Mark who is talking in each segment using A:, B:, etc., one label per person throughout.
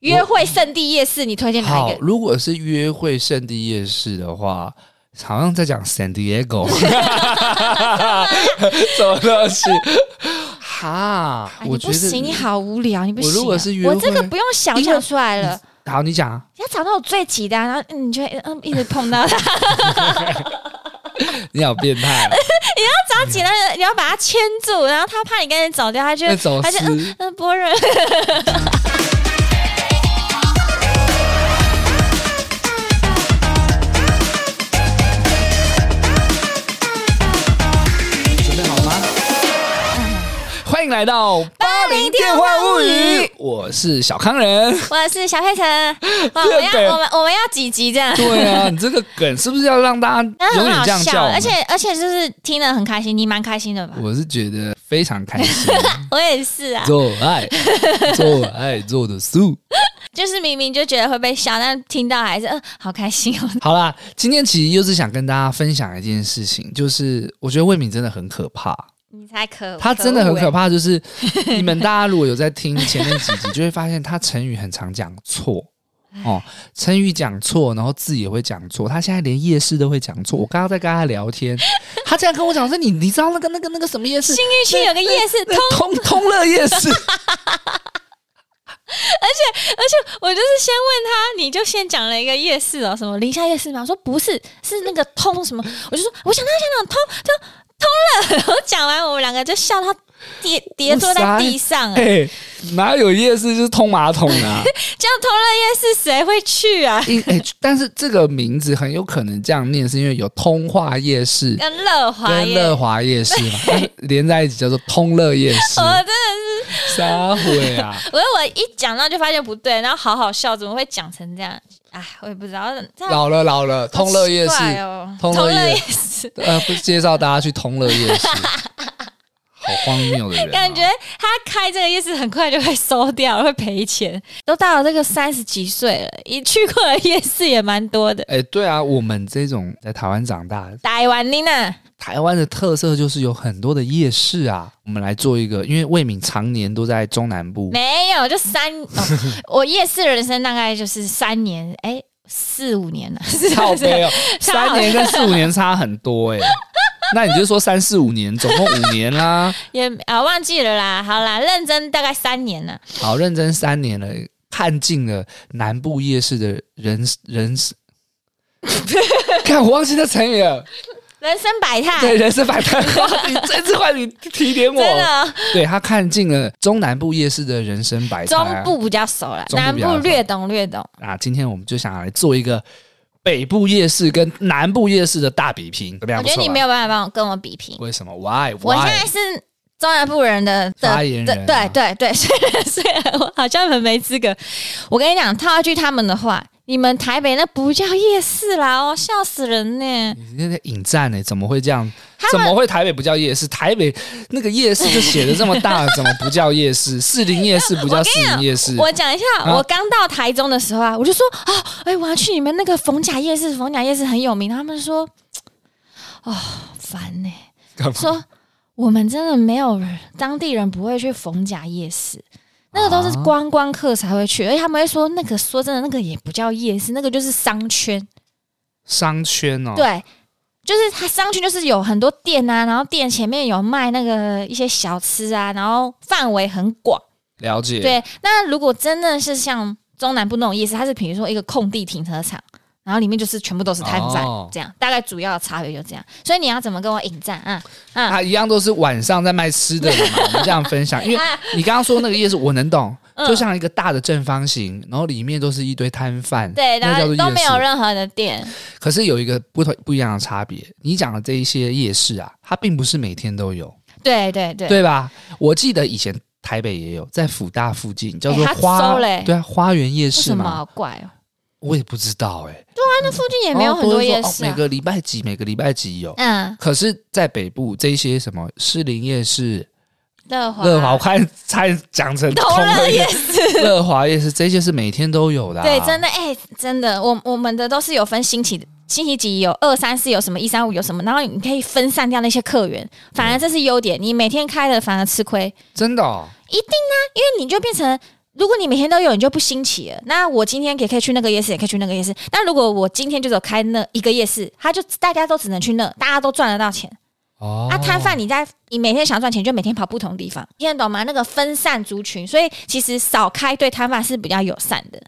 A: 约会圣地夜市，你推荐哪一
B: 好，
A: 个？
B: 如果是约会圣地夜市的话，好像在讲 San Diego，什么东西？哈
A: 哎，
B: 我
A: 你
B: 觉
A: 不
B: 得
A: 行，你好无聊，你不行啊、
B: 我如果是约
A: 我
B: 会
A: 这个不用想，我
B: 因为
A: 想出来了。
B: 好，你讲啊。
A: 要找到我最急的啊、然后嗯你就会嗯一直碰 到它。
B: 你好变态、啊，
A: 找简单的，你要把它牵住，然后他怕你跟人走掉，他 就
B: 那走
A: 他就嗯
B: 私。
A: 嗯波人。
B: 准备好了吗？欢迎来到《
A: 嗯八零
B: 电话物语》，我是小康人。
A: 我是小 佩晨。哇，
B: 这
A: 我
B: 个
A: 们要我们我们要几集这样？
B: 对啊，你这个梗是不是要让大家
A: 但是
B: 永
A: 很
B: 远
A: 好
B: 这样叫
A: 笑，
B: 我们？
A: 而且而且就是听得很开心，你蛮开心的吧？
B: 我是觉得非常开心，
A: 我也是啊，
B: 做 爱，做爱做的素。
A: 就是明明就觉得会被笑，但听到还是嗯好开心哦。
B: 好啦，今天其实又是想跟大家分享一件事情，就是我觉得魏敏真的很可怕，
A: 你才可，
B: 她真的很可
A: 怕。
B: 怕。就是你们大家如果有在听前面几集，就会发现她成语很常讲错。哦，成语讲错，然后字也会讲错。他现在连夜市都会讲错。我刚刚在跟他聊天，他竟然跟我讲说：“你你知道那个那个那个什么夜市？
A: 新域区有个夜市，
B: 那通通乐夜市。
A: 而且我就是先问他，你就先讲了一个夜市哦，什么宁夏夜市嘛？我说不是，是那个通什么？我就说我想到想到通通通了。我讲完，我们两个就笑到跌跌坐在地上、
B: 哎、
A: 哎，
B: 哪有夜市就是通马桶啊？
A: 这样通了夜市谁会去啊？
B: 因哎、但是这个名字很有可能这样念，是因为有通化夜市
A: 跟乐华
B: 跟
A: 夜，
B: 乐华夜市 嘛，哎连在一起叫做通乐夜市。
A: 我哦真的
B: 啥会啊？
A: 我我一讲到就发现不对，然后好好笑，怎么会讲成这样？哎，我也不知道，这样
B: 老了老了，通乐夜市
A: 好奇，怪哦，
B: 通
A: 通
B: 乐夜
A: 乐夜市。
B: 呃，不介绍大家去通乐夜 市，好荒谬的人、啊
A: 感觉。他开这个夜市很快就会收掉，会赔钱。都到了这个三十几岁了，一去过的夜市也蛮多的。
B: 哎、对啊，我们这种在台湾长大，
A: 台湾妮娜，
B: 台湾的特色就是有很多的夜市啊。我们来做一个，因为魏敏常年都在中南部，
A: 没有，就三、 哦我夜市人生大概就是三年，哎、四五年了，啊是
B: 靠
A: 不是？
B: 背哦，
A: 差
B: 三年跟四五年差很多哎、那你就说三四五年，总共五年啦。
A: 也啊忘记了啦。好啦，认真大概三年啊了。
B: 好，认真三年了，看尽了南部夜市的人 人。看，我忘记那成语了。
A: 人生百态，
B: 对，人生百态。你这次换你提点我。
A: 真的哦
B: 对他看尽了中南部夜市的人生百态、
A: 中
B: 啊。
A: 部比较熟了，
B: 中部
A: 南
B: 比较熟
A: 部略懂略懂。
B: 啊，今天我们就想来做一个北部夜市跟南部夜市的大比拼，怎么
A: 我
B: 样？
A: 觉
B: 不
A: 得
B: 错
A: 你
B: 吧
A: 没有办法帮我跟我比拼，
B: 为什么？Why？Why？
A: 我现在是中南部人的的
B: 发言人啊
A: 的对对对， 虽然虽然我好像很没资格。我跟你讲，套一句他们的话，你们台北那不叫夜市啦哦，笑死人呢！
B: 你那在引战呢、怎么会这样？
A: 他
B: 怎
A: 们
B: 么会台北不叫夜市？台北那个夜市就写的这么大，怎么不叫夜 市？士林夜市不叫士林夜市，
A: 我讲一下，
B: 啊
A: 我刚到台中的时候啊，我就说啊，哎、我要去你们那个逢甲夜市，逢甲夜市很有名。他们说，哦，烦呢、
B: 干嘛
A: 说我们真的没有人，当地人不会去逢甲夜市，那个都是
B: 啊
A: 观光客才会去，而且他们会说那个说真的，那个也不叫夜市，那个就是商圈，
B: 商圈哦。
A: 对。啊就是它商圈就是有很多店啊，然后店前面有卖那个一些小吃啊，然后范围很广。
B: 了解。，
A: 对，啊那如果真的是像中南部那种夜市，它是比如说一个空地停车场，然后里面就是全部都是摊贩，
B: 哦
A: 这样大概主要的差别就这样。所以你要怎么跟我引战啊？啊，
B: 啊，一样都是晚上在卖吃的嘛。我们这样分 享，因为
A: 啊
B: 你刚刚说那个夜市，我能懂，
A: 嗯
B: 就像一个大的正方形，然后里面都是一堆摊贩，
A: 对，
B: 那
A: 然
B: 叫
A: 后
B: 做
A: 都没有
B: 夜市。
A: 任何的店，
B: 可是有一个不同不一样的差别，你讲的这一些夜市啊，它并不是每天都有，
A: 对对对，
B: 对吧？我记得以前台北也有，在辅大附近叫做
A: 哎它
B: 花，
A: 收嘞
B: 对啊，花园夜
A: 为
B: 市
A: 什么
B: 嘛，
A: 好怪哦？
B: 我也不知道哎、欸，
A: 它那附近也没有很多夜市
B: 哦都会说哦
A: 啊、
B: 每个礼拜几每个礼拜几有。
A: 嗯，
B: 可是，在北部这一些什么士林夜市、
A: 乐华，
B: 乐华，我看差点讲成
A: 同乐
B: 乐
A: 夜市。
B: 乐华夜市这些是每天都有的、啊，
A: 对，真的，哎、真的，我我们的都是有分星期的，星期几有二三四有什么一三五有什么，然后你可以分散掉那些客源，
B: 嗯
A: 反而这是优点，你每天开的反而吃亏，
B: 真的、哦。
A: 因为你就变成如果你每天都有，你就不新奇了。那我今天也可以去那个夜市，也可以去那个夜市。但如果我今天就只有开那一个夜市，他就大家都只能去那，大家都赚得到钱。
B: 哦，
A: 啊，摊贩你在你每天想赚钱，就每天跑不同地方，听得懂吗？那个分散族群，所以其实少开对摊贩是比较友善的。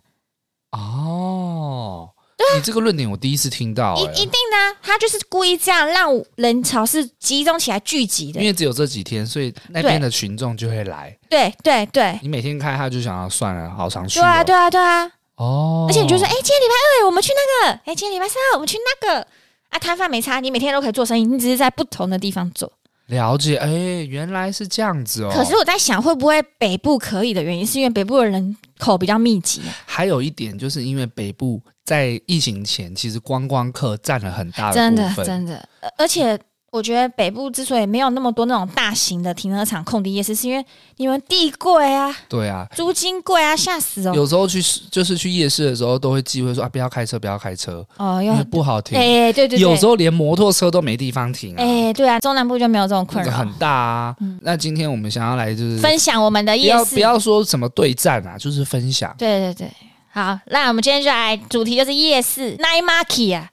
B: 哦，你这个论点我第一次听到、
A: 一
B: 哎
A: 啊一定的啊、他就是故意这样让人潮是集中起来聚集
B: 因
A: 的。
B: 为只有这几天，所以那边的群众就会来。
A: 对对对，
B: 你每天开，他就想要算了，好常去、
A: 对
B: 哦。
A: 啊对啊对啊！
B: 哦，
A: 而且你就说，哎、今天礼拜二我们去那个，哎、今天礼拜三我们去那个。啊，摊贩没差，你每天都可以做生意，你只是在不同的地方做。
B: 了解，哎、原来是这样子哦。
A: 可是我在想，会不会北部可以的原因，是因为北部的人口比较密集啊、
B: 还有一点，就是因为北部在疫情前，其实观光客占了很大
A: 真
B: 部
A: 的
B: 分。
A: 真的，呃而且我觉得北部之所以没有那么多那种大型的停车场空地夜市，是因为你们地贵啊，
B: 对啊，
A: 租金贵啊，吓死哦！
B: 有时候去就是去夜市的时候，都会忌讳说啊，不要开车，不要开车，
A: 哦，又
B: 因为
A: 很
B: 不好停。
A: 哎、对对对，
B: 有时候连摩托车都没地方停、啊，
A: 哎、对啊，中南部就没有这种困
B: 这个
A: 扰
B: 很。大啊。那今天我们想要来就是
A: 分享我们的
B: 不
A: 夜
B: 要
A: 市，
B: 不要说什么对战啊，就是分享。
A: 对对对，好，那我们今天就来主题就是夜市 night market 啊，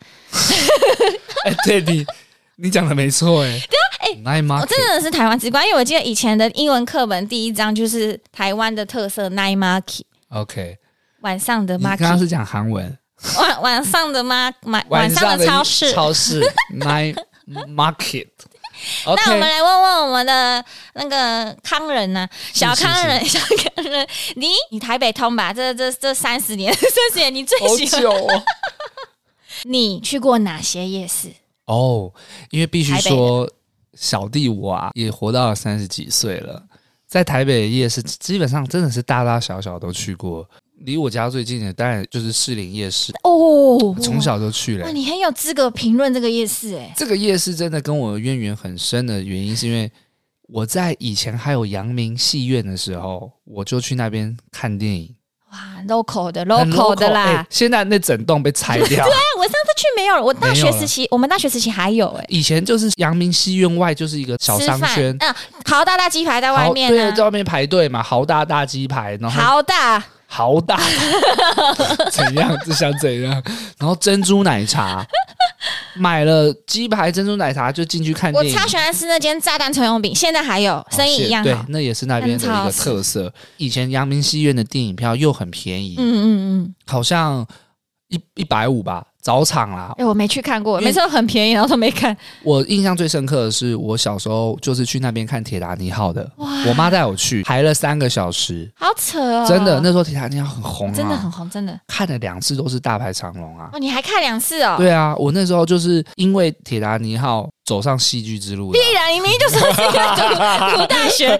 B: 哎、对你，你讲的没错哎、对啊，哎、
A: 我、真的是台湾之光，因为我记得以前的英文课本第一章就是台湾的特色 night market，
B: OK。
A: 晚上的
B: 你刚刚
A: market，
B: 是讲韩文，
A: 晚晚上的 ma 晚晚上
B: 上
A: 的超市，
B: 超市 night market。
A: 那我们
B: OK，
A: 来问问我们的那个康人呢、小
B: 是是
A: 康人，小康人，你你台北通吧？这这这三十年， 三十年你最
B: 好
A: 喜欢，
B: 久哦。
A: 你去过哪些夜市？
B: 哦，因为必须
A: 台北
B: 说，小弟我啊也活到了三十几岁了，在台北夜市基本上真的是大大小小都去过。离我家最近的当然就是士林夜市，
A: 哦，
B: 从小就去了
A: 哇，。你很有资格评论这个夜市哎、
B: 这个夜市真的跟我渊源很深的原因，是因为我在以前还有阳明戏院的时候，我就去那边看电影
A: 哇，local 啊的
B: 很
A: local 的啦。
B: 哎现在那整栋被拆掉，
A: 哎，我上次去没有了，我大
B: 没
A: 学
B: 有了
A: 时期，我们大学时期还有哎、
B: 以前就是阳明戏院外就是一个小
A: 吃
B: 商
A: 饭
B: 圈，
A: 嗯，豪大大鸡排在外
B: 好
A: 面
B: 对，
A: 呢、
B: 在外面排队嘛，豪大大鸡排，然后
A: 豪大
B: 豪大 怎样，这想怎样，然后珍珠奶茶，买了鸡排珍珠奶茶就进去看
A: 我
B: 电影
A: 超。喜欢吃那间炸弹葱油饼，现在还有，生意一样
B: 对
A: 好。，
B: 那也是那边的一个特色。以前阳明戏院的电影票又很便宜，
A: 嗯嗯嗯，
B: 好像一一百五吧，早场啦
A: 哎、。我没去看过，
B: 因为
A: 每次都很便宜，然后都没看。
B: 我印象最深刻的是，我小时候就是去那边看《铁达尼号》的，
A: 哇
B: 我妈带我去，排了三个小时，
A: 好扯哦！
B: 真的，那时候《铁达尼号》很红、啊，
A: 真的很红，真的
B: 看了两次都是大排长龙啊。
A: 哦！你还看两次哦？
B: 对啊，我那时候就是因为《铁达尼号》走上戏剧之 路的
A: 必然，你明明就说是一个读读大 学，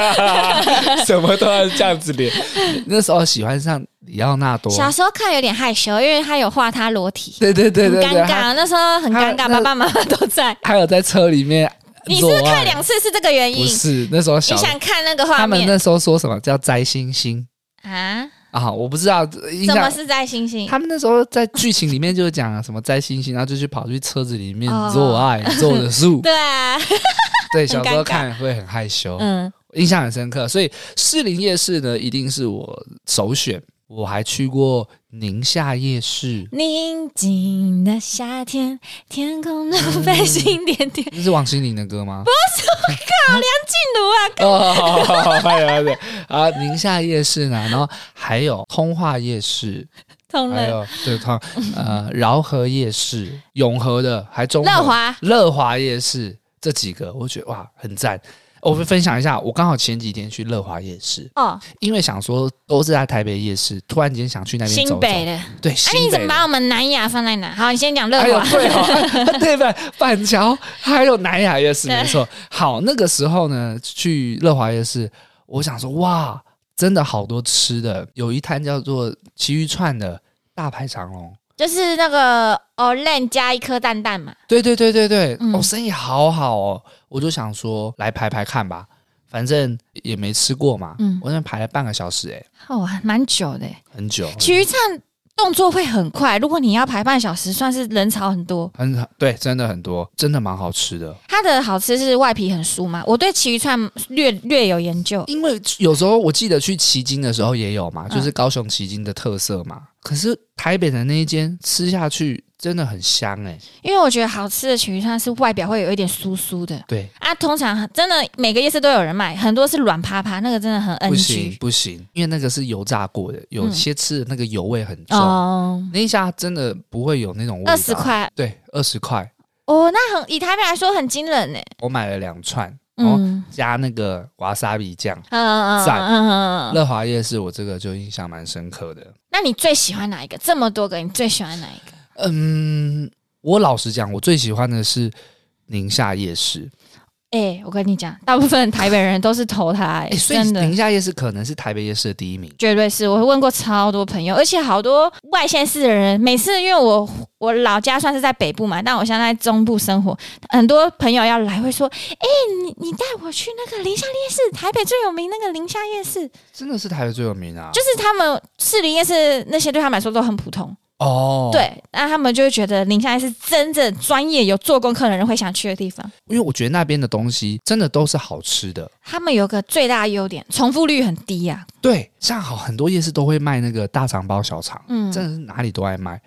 B: 啊，什么都要这样子脸。 那时候喜欢上里奥纳多，
A: 小时候看有点害羞，因为他有画他裸体，
B: 对对对
A: 很
B: 对
A: 尴
B: 对，还
A: 尬。那时候很尴
B: 他
A: 尬，
B: 那
A: 爸爸妈妈都 在。
B: 还有在车里面
A: 你是不是
B: 做爱
A: 看两次是这个原因
B: 不？是，那时候小
A: 你，想看那个画
B: 他们
A: 面
B: 那时候说什么叫摘星星
A: 啊？
B: 啊？我不知道，印
A: 什么
B: 象
A: 是在星星？
B: 他们那时候在剧情里面就讲啊什么摘星星，然后就去跑去车子里面
A: 哦
B: 做爱，做 的树。
A: 对啊，
B: 对，小时候
A: 很尴尬
B: 看会很害羞，
A: 嗯，
B: 印象很深刻。所以士林夜市呢，一定是我首选。我还去过宁夏夜市，
A: 宁静的夏天，天空中
B: 嗯
A: 飞行点点，
B: 那是王心凌的歌吗？
A: 静茹啊，
B: 哦，哎呀，对啊，宁夏夜市呢，然后还有通化夜市，
A: 痛
B: 还
A: 了。
B: 有对通呃饶河夜市、永和的，还中和
A: 乐华
B: 乐华夜市这几个，我觉得哇很赞。哦我会分享一下，我刚好前几天去乐华夜市，
A: 哦，
B: 因为想说都是在台北夜市，突然间想去那边走
A: 新
B: 走。
A: 北的。
B: 对，
A: 哎、你
B: 新
A: 怎
B: 北
A: 么
B: 的。哎
A: 把我们南亚放在哪？好，你先讲乐
B: 还有
A: 华。
B: 对哦， 对吧？板桥还有南雅夜市，
A: 对
B: 没 错。好，那个时候呢，去乐华夜市，我想说哇，真的好多吃的，有一摊叫做奇鱼串的大排长龙。
A: 就是那个 orange 加一颗蛋蛋嘛，
B: 对对对对对，
A: 嗯
B: 哦，生意好好哦，我就想说来排排看吧，反正也没吃过嘛。
A: 嗯
B: 我那排了半个小时、哎，
A: 哦，还蛮久的耶。
B: 很久，
A: 体育站动作会很快，如果你要排半小时，算是人潮很多。
B: 很对，真的很多，真的蛮好吃的。
A: 它它的好吃是外皮很酥吗？我对奇鱼串略略有研究。
B: 因为有时候我记得去旗津的时候也有嘛，
A: 嗯
B: 就是高雄旗津的特色嘛。可是台北的那一间吃下去真的很香哎、
A: 因为我觉得好吃的奇鱼串是外表会有一点酥酥的
B: 对，
A: 啊，通常真的每个夜市都有人卖，很多是软趴趴，那个真的很
B: 不行
A: NG
B: 不行，因为那个是油炸过的，有
A: 嗯
B: 些吃的那个油味很重，
A: 哦。
B: 那一下真的不会有那种味道。
A: 二十，块
B: 对，二十块，
A: 哦，那很以台北来说很惊人呢。
B: 我买了两串，哦
A: 嗯
B: 加那个瓦萨比酱。
A: 嗯嗯嗯
B: 赞
A: 嗯嗯嗯。
B: 乐华夜市，我这个就印象蛮深刻的。
A: 那你最喜欢哪一个？这么多个，你最喜欢哪一个？
B: 嗯，我老实讲，我最喜欢的是宁夏夜市。
A: 哎、我跟你讲，大部分台北人都是投他、哎
B: 哎、所以
A: 真的
B: 宁夏夜市可能是台北夜市的第一名。
A: 绝对是。我问过超多朋友，而且好多外县市的人，每次因为我我老家算是在北部嘛，但我现在在中部生活，很多朋友要来会说：“哎、你你带我去那个宁夏夜市，台北最有名那个宁夏夜市，就
B: 真的是台北最有名啊！
A: 是他们士林夜市那些对他们来说都很普通。
B: 哦，，
A: 对，那他们就会觉得宁夏夜市真正专业有做功课的人会想去的地方。
B: 因为我觉得那边的东西真的都是好吃的。
A: 他们有个最大的优点，重复率很低啊呀、
B: 对，像好很多夜市都会卖那个大肠包小肠，
A: 嗯，
B: 真的是哪里都爱卖。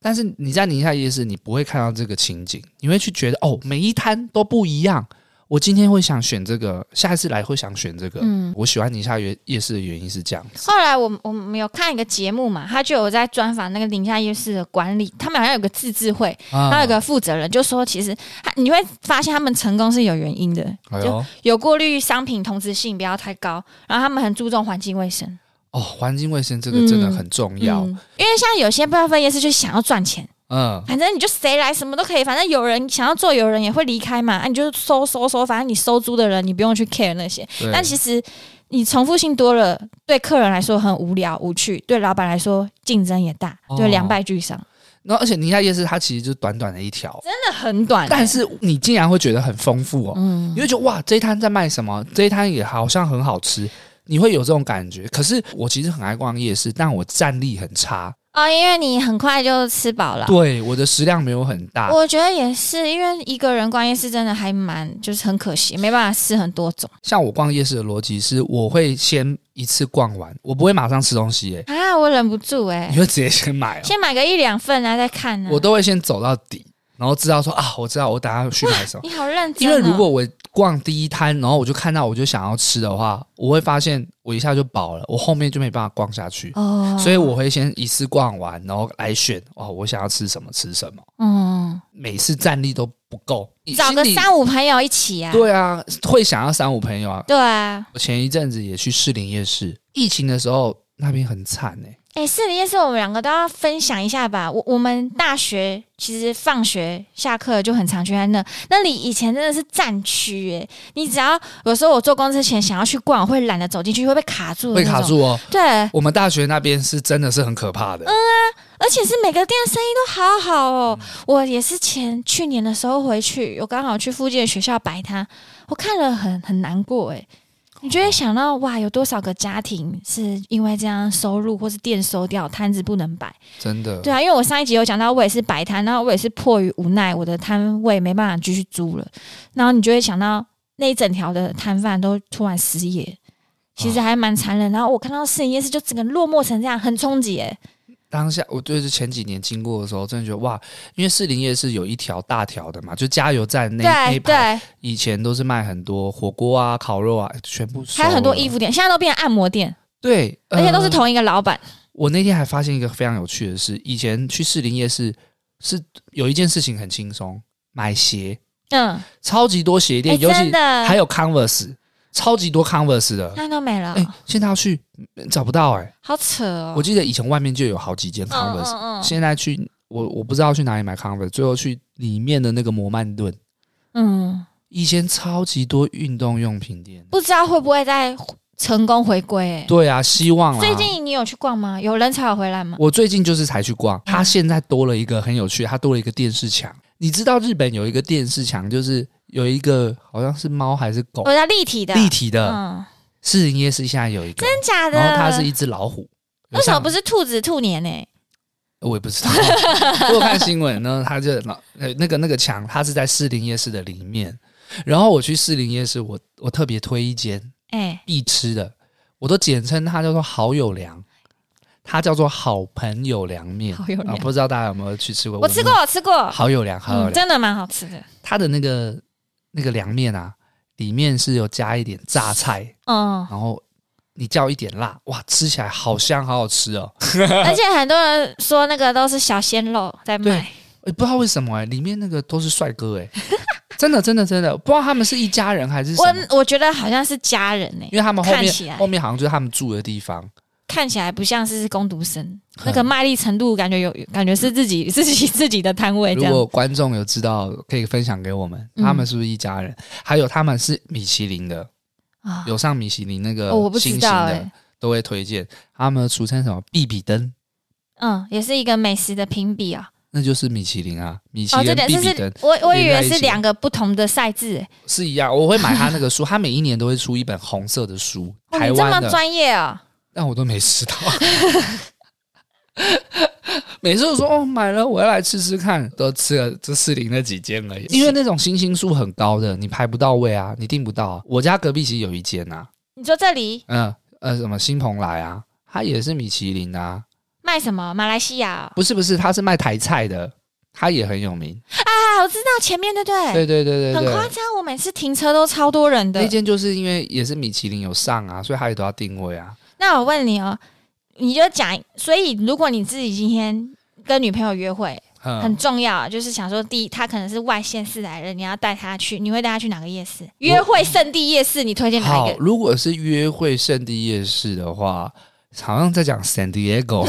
B: 但是你在宁夏夜市，你不会看到这个情景，你会去觉得哦，每一摊都不一样。我今天会想选这个，下一次来会想选这个。
A: 嗯
B: 我喜欢宁夏夜夜市的原因是这样子。
A: 后来我们我们有看一个节目嘛，他就有在专访那个宁夏夜市的管理，他们好像有个自治会，他有
B: 那
A: 个负责人就说，其实他你会发现他们成功是有原因的，
B: 哎
A: 就
B: 呦
A: 有过滤商品同质性不要太高，然后他们很注重环境卫生。
B: 哦，环境卫生这个真的
A: 嗯
B: 很重要。
A: 嗯因为像有些部分夜市就想要赚钱，
B: 嗯
A: 反正你就谁来什么都可以，反正有人想要做，有人也会离开嘛，啊，你就收收收，反正你收租的人你不用去 care 那些。
B: 对
A: 但其实你重复性多了，对客人来说很无聊无趣，对老板来说竞争也大，
B: 哦
A: 就两败俱伤，
B: 然后而且宁夏夜市它其实就是短短的一条，
A: 真的很短欸、
B: 但是你竟然会觉得很丰富哦，
A: 嗯
B: 你会觉得哇，这一摊在卖什么？这一摊也好像很好吃，你会有这种感觉。可是我其实很爱逛夜市，但我战力很差，
A: 哦，因为你很快就吃饱了。
B: 对我的食量没有很大。
A: 啊我觉得也是，因为一个人逛夜市真的还蛮，就是很可惜，没办法吃很多种
B: 像我逛夜市的逻辑是，我会先一次逛完，我不会马上吃东西耶、
A: 啊，我忍不住哎、
B: 你会直接先买哦、
A: 先买个一两份啊，再看呢、
B: 我都会先走到底，然后知道说啊，我知道我等下去买什么。
A: 你好认真、
B: 因
A: 哦，
B: 为如果我逛第一摊，然后我就看到我就想要吃的话，我会发现我一下就饱了，我后面就没办法逛下去。
A: 哦，
B: 所以我会先一次逛完，然后来选哦，我想要吃什么吃什么。
A: 嗯，
B: 每次战力都不够，
A: 找个
B: 心里
A: 三五朋友一起啊，
B: 对啊，会想要三五朋友啊。
A: 对啊，
B: 我前一阵子也去士林夜市，疫情的时候那边很惨哎、
A: 哎、士林夜市我们两个都要分享一下吧。我我们大学其实放学下课就很常去在那，那里以前真的是战区哎、你只要有时候我坐公车前想要去逛，我会懒得走进去，会被卡住，
B: 会卡。住哦。
A: 对，
B: 我们大学那边是真的是很可怕
A: 嗯
B: 的，
A: 而且是每个店生意都好好哦。
B: 嗯
A: 我也是前去年的时候回去，我刚好去附近的学校摆摊，我看了很很难过哎。你就会想到哇，有多少个家庭是因为这样收入或是店收掉，摊子不能摆。
B: 真的。
A: 对啊，因为我上一集有讲到，我也是摆摊，然后我也是迫于无奈，我的摊位没办法继续租了，然后你就会想到那一整条的摊贩都突然失业，其
B: 啊
A: 实还蛮残忍。然后我看到市营夜市就整个落寞成这样，很冲击耶。
B: 当下我就是前几年经过的时候，真的觉得哇，因为士林夜市有一条大条的嘛，就加油站那那
A: 对
B: 一排，
A: 对，
B: 以前都是卖很多火锅啊、烤肉啊，全部收
A: 还有很多
B: 了
A: 衣服店，现在都变成按摩店，
B: 对，
A: 而且都是
B: 呃
A: 同一个老板。
B: 我那天还发现一个非常有趣的事，以前去士林夜市是有一件事情很轻松，买鞋，
A: 嗯，
B: 超级多鞋
A: 哎、
B: 店，尤
A: 真
B: 其
A: 的，
B: 还有 Converse，超级多 Converse 的。
A: 那都没了，
B: 哎、现在要去嗯找不到哎、
A: 好扯哦。
B: 我记得以前外面就有好几间 Converse，、
A: 嗯
B: 现在去我我不知道去哪里买 Converse，最后去里面的那个摩曼顿，
A: 嗯嗯，
B: 以前超级多运动用品店。
A: 不知道会不会再成功回归、哎，
B: 对啊，希望啦。
A: 最近你有去逛吗？有人潮有回来吗？
B: 我最近就是才去逛，它现在多了一个很有趣，它多了一个电视墙。你知道日本有一个电视墙，就是有一个好像是猫还是狗
A: 我叫立体的，
B: 立体的，
A: 哦嗯，
B: 市营夜市现在有一个，
A: 真假的？
B: 然后它是一只老虎。
A: 为什么不
B: 是？
A: 是兔子兔年呢、
B: 我也不知道， 我有看新闻，然后它就老呃那个那个墙，它是在士林夜市的里面，然后我去士林夜市，我我特别推一间
A: 哎、
B: 必吃的，我都简称它叫做好友粮，它叫做好朋友凉面。
A: 好友
B: 啊
A: 粮，
B: 不知道大家有没有去吃过？
A: 我吃
B: 没
A: 过，
B: 有
A: 我吃过，
B: 好友粮，好
A: 嗯，
B: 友粮，
A: 真的蛮好吃的。
B: 它的那个那个凉面啊，里面是有加一点榨菜，
A: 嗯，
B: 然后你叫一点辣，哇，吃起来好香，好好吃哦。
A: 而且很多人说那个都是小鲜肉在卖，
B: 欸、不知道为什么哎、里面那个都是帅哥哎、 真的真的真的，不知道他们是一家人还是什么，
A: 我我觉得好像是家人呢、
B: 因为他们后
A: 看起来
B: 面后面好像就是他们住的地方，
A: 看起来不像是工读生，那个卖力程度感觉有，感觉是自己 自己自己的摊哎位这
B: 如
A: 样。
B: 果观众有知道，可以分享给我们，
A: 嗯
B: 他们是不是一家人？还有他们是米其林的，
A: 啊
B: 有上米其林那个
A: 哦我不知
B: 星星
A: 道
B: 的
A: 欸，
B: 都会推荐。他们俗称什么“必比登
A: 嗯，也是一个美食的评比啊。”，
B: 那就是米其林啊，米其
A: 哦，这
B: 林
A: 点
B: 必
A: 这
B: 比登
A: 是我我以
B: 连在
A: 为
B: 一起
A: 是两个不同的赛制、欸，
B: 是一样。我会买他那个书，他每一年都会出一本红色的书，
A: 哦、
B: 台
A: 你这么
B: 湾的。
A: 专业啊、
B: 但我都没吃到。 每次我说哦买了，我要来吃吃看，都吃了这士林那几间而已。因为那种星星数很高的，你排不到位啊，你订不到、啊。我家隔壁其实有一间呐、
A: 你说这里
B: 嗯呃什么新蓬莱啊，它也是米其林啊，
A: 卖什么？马来西亚哦、
B: 不是不是，它是卖台菜的，它也很有名。
A: 啊，我知道前面对不对？
B: 对对对
A: 哎
B: 对
A: 很夸
B: 对，
A: 张，我每次停车都超多人
B: 那
A: 的。
B: 间就是因为也是米其林有上啊，所以它也都要定位啊。
A: 那我问你哦，你就讲，所以如果你自己今天跟女朋友约会，很
B: 嗯，
A: 重要啊，就是想说，第一，她可能是外县市来的，你要带她去，你会带她去哪个夜市？约会圣地夜市，你推荐哪一
B: 好，
A: 个？
B: 如果是约会圣地夜市的话，好像在讲 San Diego，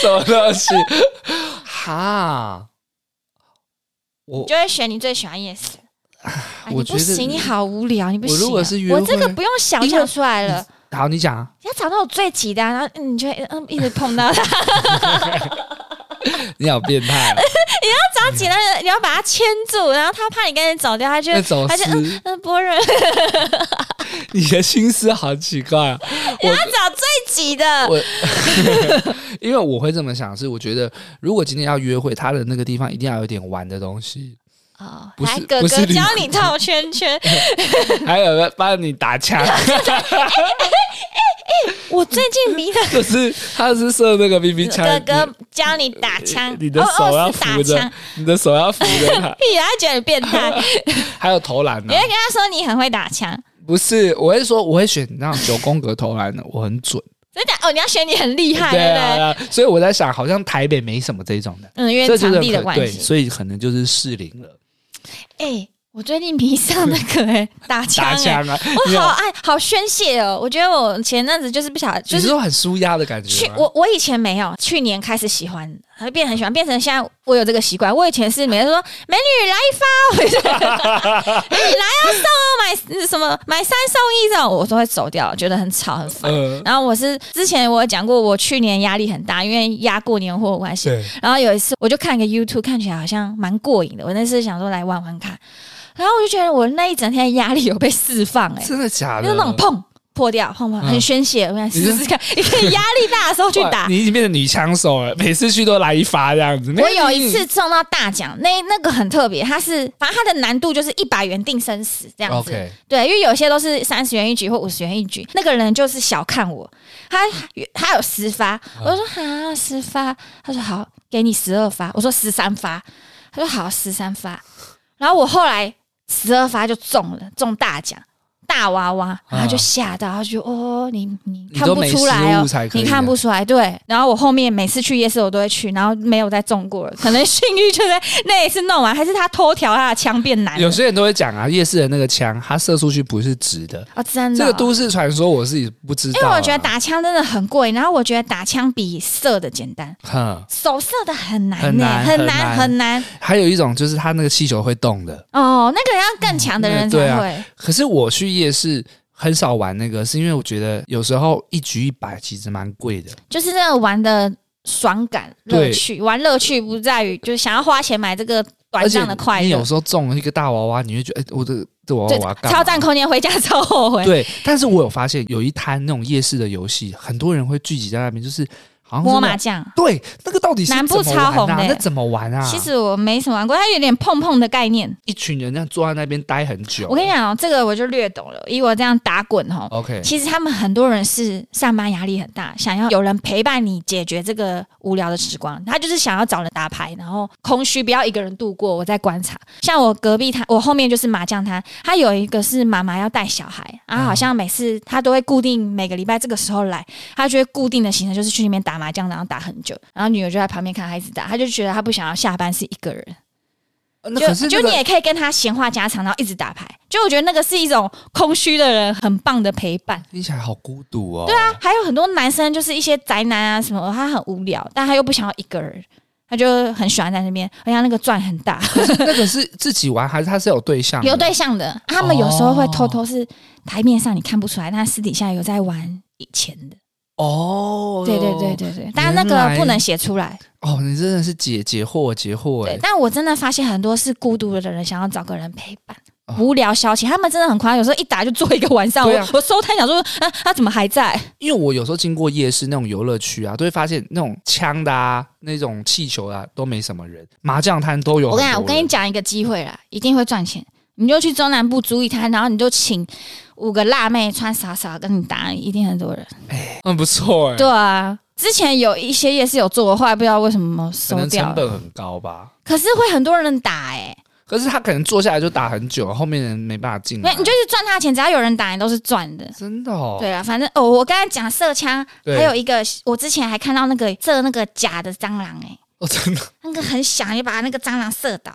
B: 什么东西？哈，我
A: 你就会选你最喜欢的夜市。哎
B: 我
A: 你
B: 觉
A: 不
B: 得
A: 行，你好无聊，你不行啊、
B: 我如果是约
A: 我
B: 会
A: 这个不用想，我
B: 因为嗯
A: 想出来了。
B: 好，你讲啊，
A: 你要找到我最急的、啊，然后嗯你就会嗯一直碰 到他，
B: 你好变态、啊，
A: 着急了，你要把他牵住，然后他怕你跟人走掉， 他就
B: 那走
A: 他就
B: 私，
A: 嗯波人，
B: 你的心思好奇怪、啊。
A: 你要 找最急的
B: 我。因为我会这么想，是我觉得如果今天要约会，他的那个地方一定要有点玩的东 西，
A: 哦，
B: 不是
A: 来哥
B: 不
A: 哥
B: 是你
A: 教你套圈圈。
B: 还有帮你 打枪，
A: 我最近迷 了。
B: 就是他是射那个 BB 枪，
A: 哥哥教你打枪，
B: 你的
A: 哦
B: 手要
A: 哦是打
B: 扶着
A: 枪，
B: 你的手要扶着他，
A: 屁啊，他觉得你变 态。
B: 还有投篮呢、啊
A: 你会跟他说你很会打枪，
B: 不是，我会说我会选那种九宫格投篮的，我很准。
A: 真的哦，你要选你很厉害，
B: 对
A: 对不
B: 啊，对
A: 对？
B: 啊所以我在想，好像台北没什么这种的，
A: 嗯，因
B: 这
A: 为
B: 就
A: 场
B: 是
A: 地的关
B: 可对，
A: 系。
B: 所以可能就是适龄了，
A: 哎，我最近迷上那 个哎打枪
B: 打
A: 哎。
B: 枪啊，你
A: 我
B: 有
A: 好爱，好宣泄哦！我觉得我前阵子就是不晓得，就
B: 你是
A: 是
B: 说很舒压的感觉
A: 去
B: 吗？
A: 我我以前没有，去年开始喜欢，还变得很喜欢，变成现在我有这个习惯。我以前是每天说美女来一发， 美女来要送哦，买什么买三送一这种，我都会走掉，觉得很吵很烦。
B: 呃，
A: 然后我是之前我有讲过，我去年压力很大，因为压过年货的关系。
B: 对，
A: 然后有一次我就看一个 YouTube，看起来好像蛮过瘾的，我那次想说来玩玩看，然后我就觉得我那一整天的压力有被释放哎、欸，
B: 真的假的？
A: 就那种砰。破掉，砰砰，
B: 嗯
A: 很宣泄。我想
B: 你是
A: 试试 看，你可以压力大的时候去
B: 哇
A: 打。
B: 你已经变成女枪手了，每次去都来一发这样子。
A: 我有一次中到大奖，那那个很特别，它是反正它的难度就是一百元定生死这样子。
B: OK，
A: 对，因为有些都是三十元一局或五十元一局，那个人就是小看我，他他有十发，我说哈十发，他说好，给你十二发，我说十三发，他说好十三发，然后我后来十二发就中了，中大奖。大娃娃，然后他就吓到，他就觉得哦，你你
B: 啊你
A: 看
B: 都
A: 不
B: 没
A: 出来
B: 失
A: 哦
B: 误才，可以
A: 你
B: 啊
A: 看不出来，对。然后我后面每次去夜市我都会去，然后没有再中过了，可能 幸运就在那一次弄完，还是他偷调他的枪变难
B: 有
A: 了。
B: 些人都会讲啊，夜市的那个枪，它射出去不是直的。
A: 哦，真的
B: 这
A: 哦、
B: 个都市传说我自己不知道
A: 因
B: 啊，
A: 为我觉得打枪真的很贵，然后我觉得打枪比射的简单，
B: 哼，
A: 手射的很难、欸，
B: 很难
A: 很
B: 很
A: 难，
B: 难
A: 很难。
B: 还有一种就是它那个气球会动的，
A: 哦，那个要更强的人
B: 嗯
A: 才
B: 对啊
A: 会。
B: 可是我去夜市很少玩那个，是因为我觉得有时候一局一百其实蛮贵的。
A: 就是那个玩的爽感、乐
B: 对
A: 趣，玩乐趣不在于就是想要花钱买这个短
B: 而且
A: 暂的快
B: 你有
A: 乐，
B: 时候中了一个大娃娃，你会觉得，哎、我的这娃娃
A: 对
B: 我要，干嘛
A: 超占空间，回家超后悔。
B: 对，但是我有发现有一摊那种夜市的游戏，很多人会聚集在那边，就是好像是
A: 摸
B: 那
A: 麻
B: 种
A: 将。
B: 对，那个到底是
A: 南
B: 怎
A: 部
B: 么玩
A: 超红
B: 啊？
A: 的
B: 那怎么玩啊？
A: 其实我没什么玩过，它有点碰碰的概念。
B: 一群人这样坐在那边待很久。
A: 我跟你讲哦，这个我就略懂了。以我这样打滚哦，
B: ，OK，
A: 其实他们很多人是上班压力很大，想要有人陪伴你解决这个无聊的时光。他就是想要找人打牌，然后空虚，不要一个人度过。我在观察，像我隔壁他，我后面就是麻将摊，他有一个是妈妈要带小孩，啊，好像每次他都会固定每个礼拜这个时候来，他就会固定的行程就是去那边打麻将，然后打很久，然后女儿就在旁边看孩子打，他就觉得他不想要下班是一个人。
B: 呃那
A: 就
B: 可是那
A: 就你
B: 个
A: 也可以跟他闲话家常，然后一直打牌。就我觉得那个是一种空虚的人很棒的陪伴。
B: 听起来好孤独哦。对啊，
A: 还有很多男生就是一些宅男啊什么，他很无聊，但他又不想要一个人，他就很喜欢在那边，而且他那个赚很大，
B: 那个是自己玩还是他是有对象的？
A: 有对象的。啊他们有时候会偷偷是台面上你看不出来，但私底下有在玩以前的。
B: 哦，
A: 对对对对对，但那个不能写出来。
B: 哦，你真的是解解惑解惑
A: 对
B: 哎，，
A: 但我真的发现很多是孤独的人想要找个人陪伴
B: 哦。
A: 无聊消遣，他们真的很夸张，有时候一打就坐一个晚上。
B: 对啊
A: 我我收摊想说，啊，他怎么还在？
B: 因为我有时候经过夜市那种游乐区啊，都会发现那种枪的啊、那种气球的啊都没什么人，麻将摊都有
A: 我
B: 很
A: 跟你讲，
B: 多人。
A: 我跟你讲一个机会啦，一定会赚钱。你就去中南部租一摊，然后你就请五个辣妹穿傻傻跟你打，一定很多人。
B: 嗯，不错哎、
A: 对啊，之前有一些夜市有做过，后来不知道为什么收
B: 可能
A: 掉
B: 成
A: 了。
B: 本很高吧。
A: 可是会很多人打哎、
B: 可是他可能坐下来就打很久，后面人没办法进
A: 没
B: 来。
A: 你就去赚他钱，只要有人打，你都是赚的。
B: 真的嗯哦，
A: 对啊，反正哦，我刚才讲射枪，
B: 对
A: 还有一个我之前还看到那个射那个假的蟑螂哎、
B: 哦，真的。
A: 那个很响，就把那个蟑螂射倒。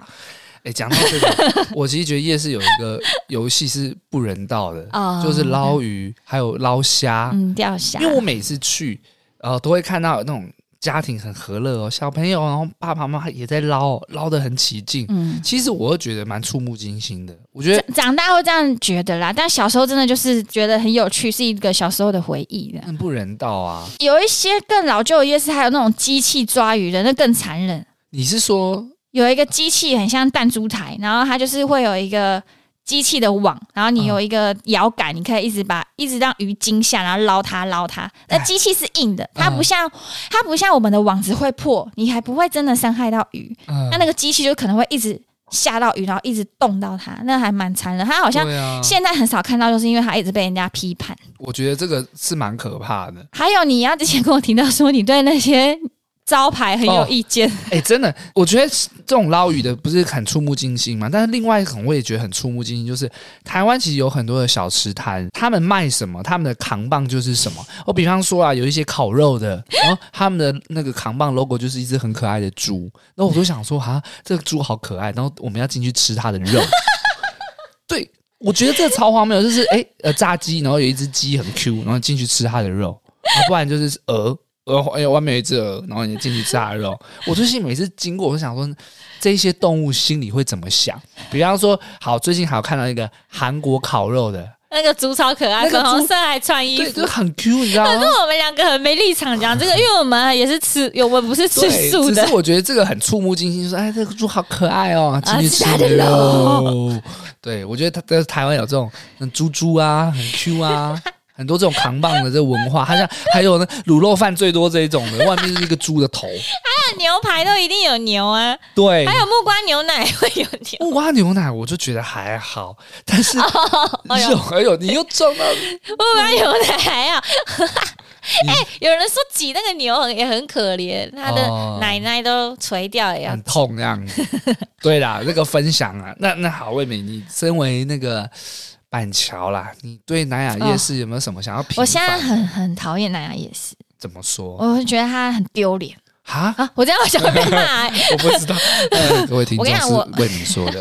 B: 哎、讲到这个，我其实觉得夜市有一个游戏是不人道的，
A: 哦
B: 就是捞鱼还有捞虾。
A: 嗯，掉下。
B: 因为我每次去，呃，都会看到那种家庭很和乐哦，小朋友，然后爸爸妈妈也在捞，捞得很起劲。
A: 嗯，
B: 其实我又觉得蛮触目惊心的。我觉得，
A: 长长大会这样觉得啦，但小时候真的就是觉得很有趣，是一个小时候的回忆的。
B: 嗯，不人道啊！
A: 有一些更老旧的夜市，还有那种机器抓鱼的，那更残忍。
B: 你是说
A: 有一个机器很像弹珠台，然后它就是会有一个机器的网，然后你有一个摇杆，你可以一直把一直让鱼惊吓，然后捞它捞它。那机器是硬的，它不像它不像我们的网子会破，你还不会真的伤害到鱼。
B: 嗯
A: 那那个机器就可能会一直吓到鱼，然后一直动到它，那还蛮残忍。它好像
B: 对啊，
A: 现在很少看到，就是因为他一直被人家批判。
B: 我觉得这个是蛮可怕的。
A: 还有你要之前跟我提到说，你对那些招牌很有意见，
B: 哎、真的，我觉得这种捞鱼的不是很触目惊心嘛？但是另外一种我也觉得很触目惊心，就是台湾其实有很多的小吃摊，他们卖什么，他们的扛棒就是什么。我比方说啊，有一些烤肉的，然后他们的那个扛棒 logo 就是一只很可爱的猪，然后我就想说，哈，这个猪好可爱，然后我们要进去吃它的肉。 对，我觉得这超荒谬，就是哎、呃炸鸡，然后有一只鸡很 Q，然后进去吃它的肉，然后不然就是鹅。鹅，哎、外面有一只鹅，然后你进去吃它的肉。我最近每次经过，我就想说，这些动物心里会怎么想？比方说，好，最近还有看到一个韩国烤肉的，
A: 那个猪超可爱，
B: 那
A: 粉
B: 个猪
A: 红色还穿衣
B: 对，
A: 服
B: 就。很 Q，你知道
A: 可是
B: 吗？
A: 我们两个很没立场讲这个，因为我们也是吃，我们 不是吃
B: 对，
A: 素
B: 只
A: 的啊
B: 是。我觉得这个很触目惊心，说哎，这个猪好可爱哦，进去
A: 吃它的
B: 吃肉。对，我觉得他在台湾有这种嗯猪猪啊，很 Q 啊。很多这种扛棒的这文化，好像还有呢卤肉饭最多这一种的，外面是一个猪的头。
A: 那牛排都一定有牛啊，
B: 对，
A: 还有木瓜牛奶会有牛。
B: 木瓜牛奶我就觉得还好，但是
A: 哎呦
B: 肉哎呦，你又撞到
A: 木瓜牛奶还好。
B: 嗯
A: 哎、有人说挤那个牛很也很可怜，他的
B: 哦
A: 奶奶都垂掉也要
B: 很痛这样 子。对啦，这个分享啊，那那好，魏美，你身为那个板桥啦，你对南雅夜市有没有什么想要评、
A: 我现在很很讨厌南洋夜市，
B: 怎么说
A: 我会觉得它很丢脸
B: 啊？
A: 啊！我这样我想会被骂、欸。
B: 我不 知道，呃各位听
A: 我跟
B: 众
A: 你讲
B: 是
A: 我
B: 为你说 的，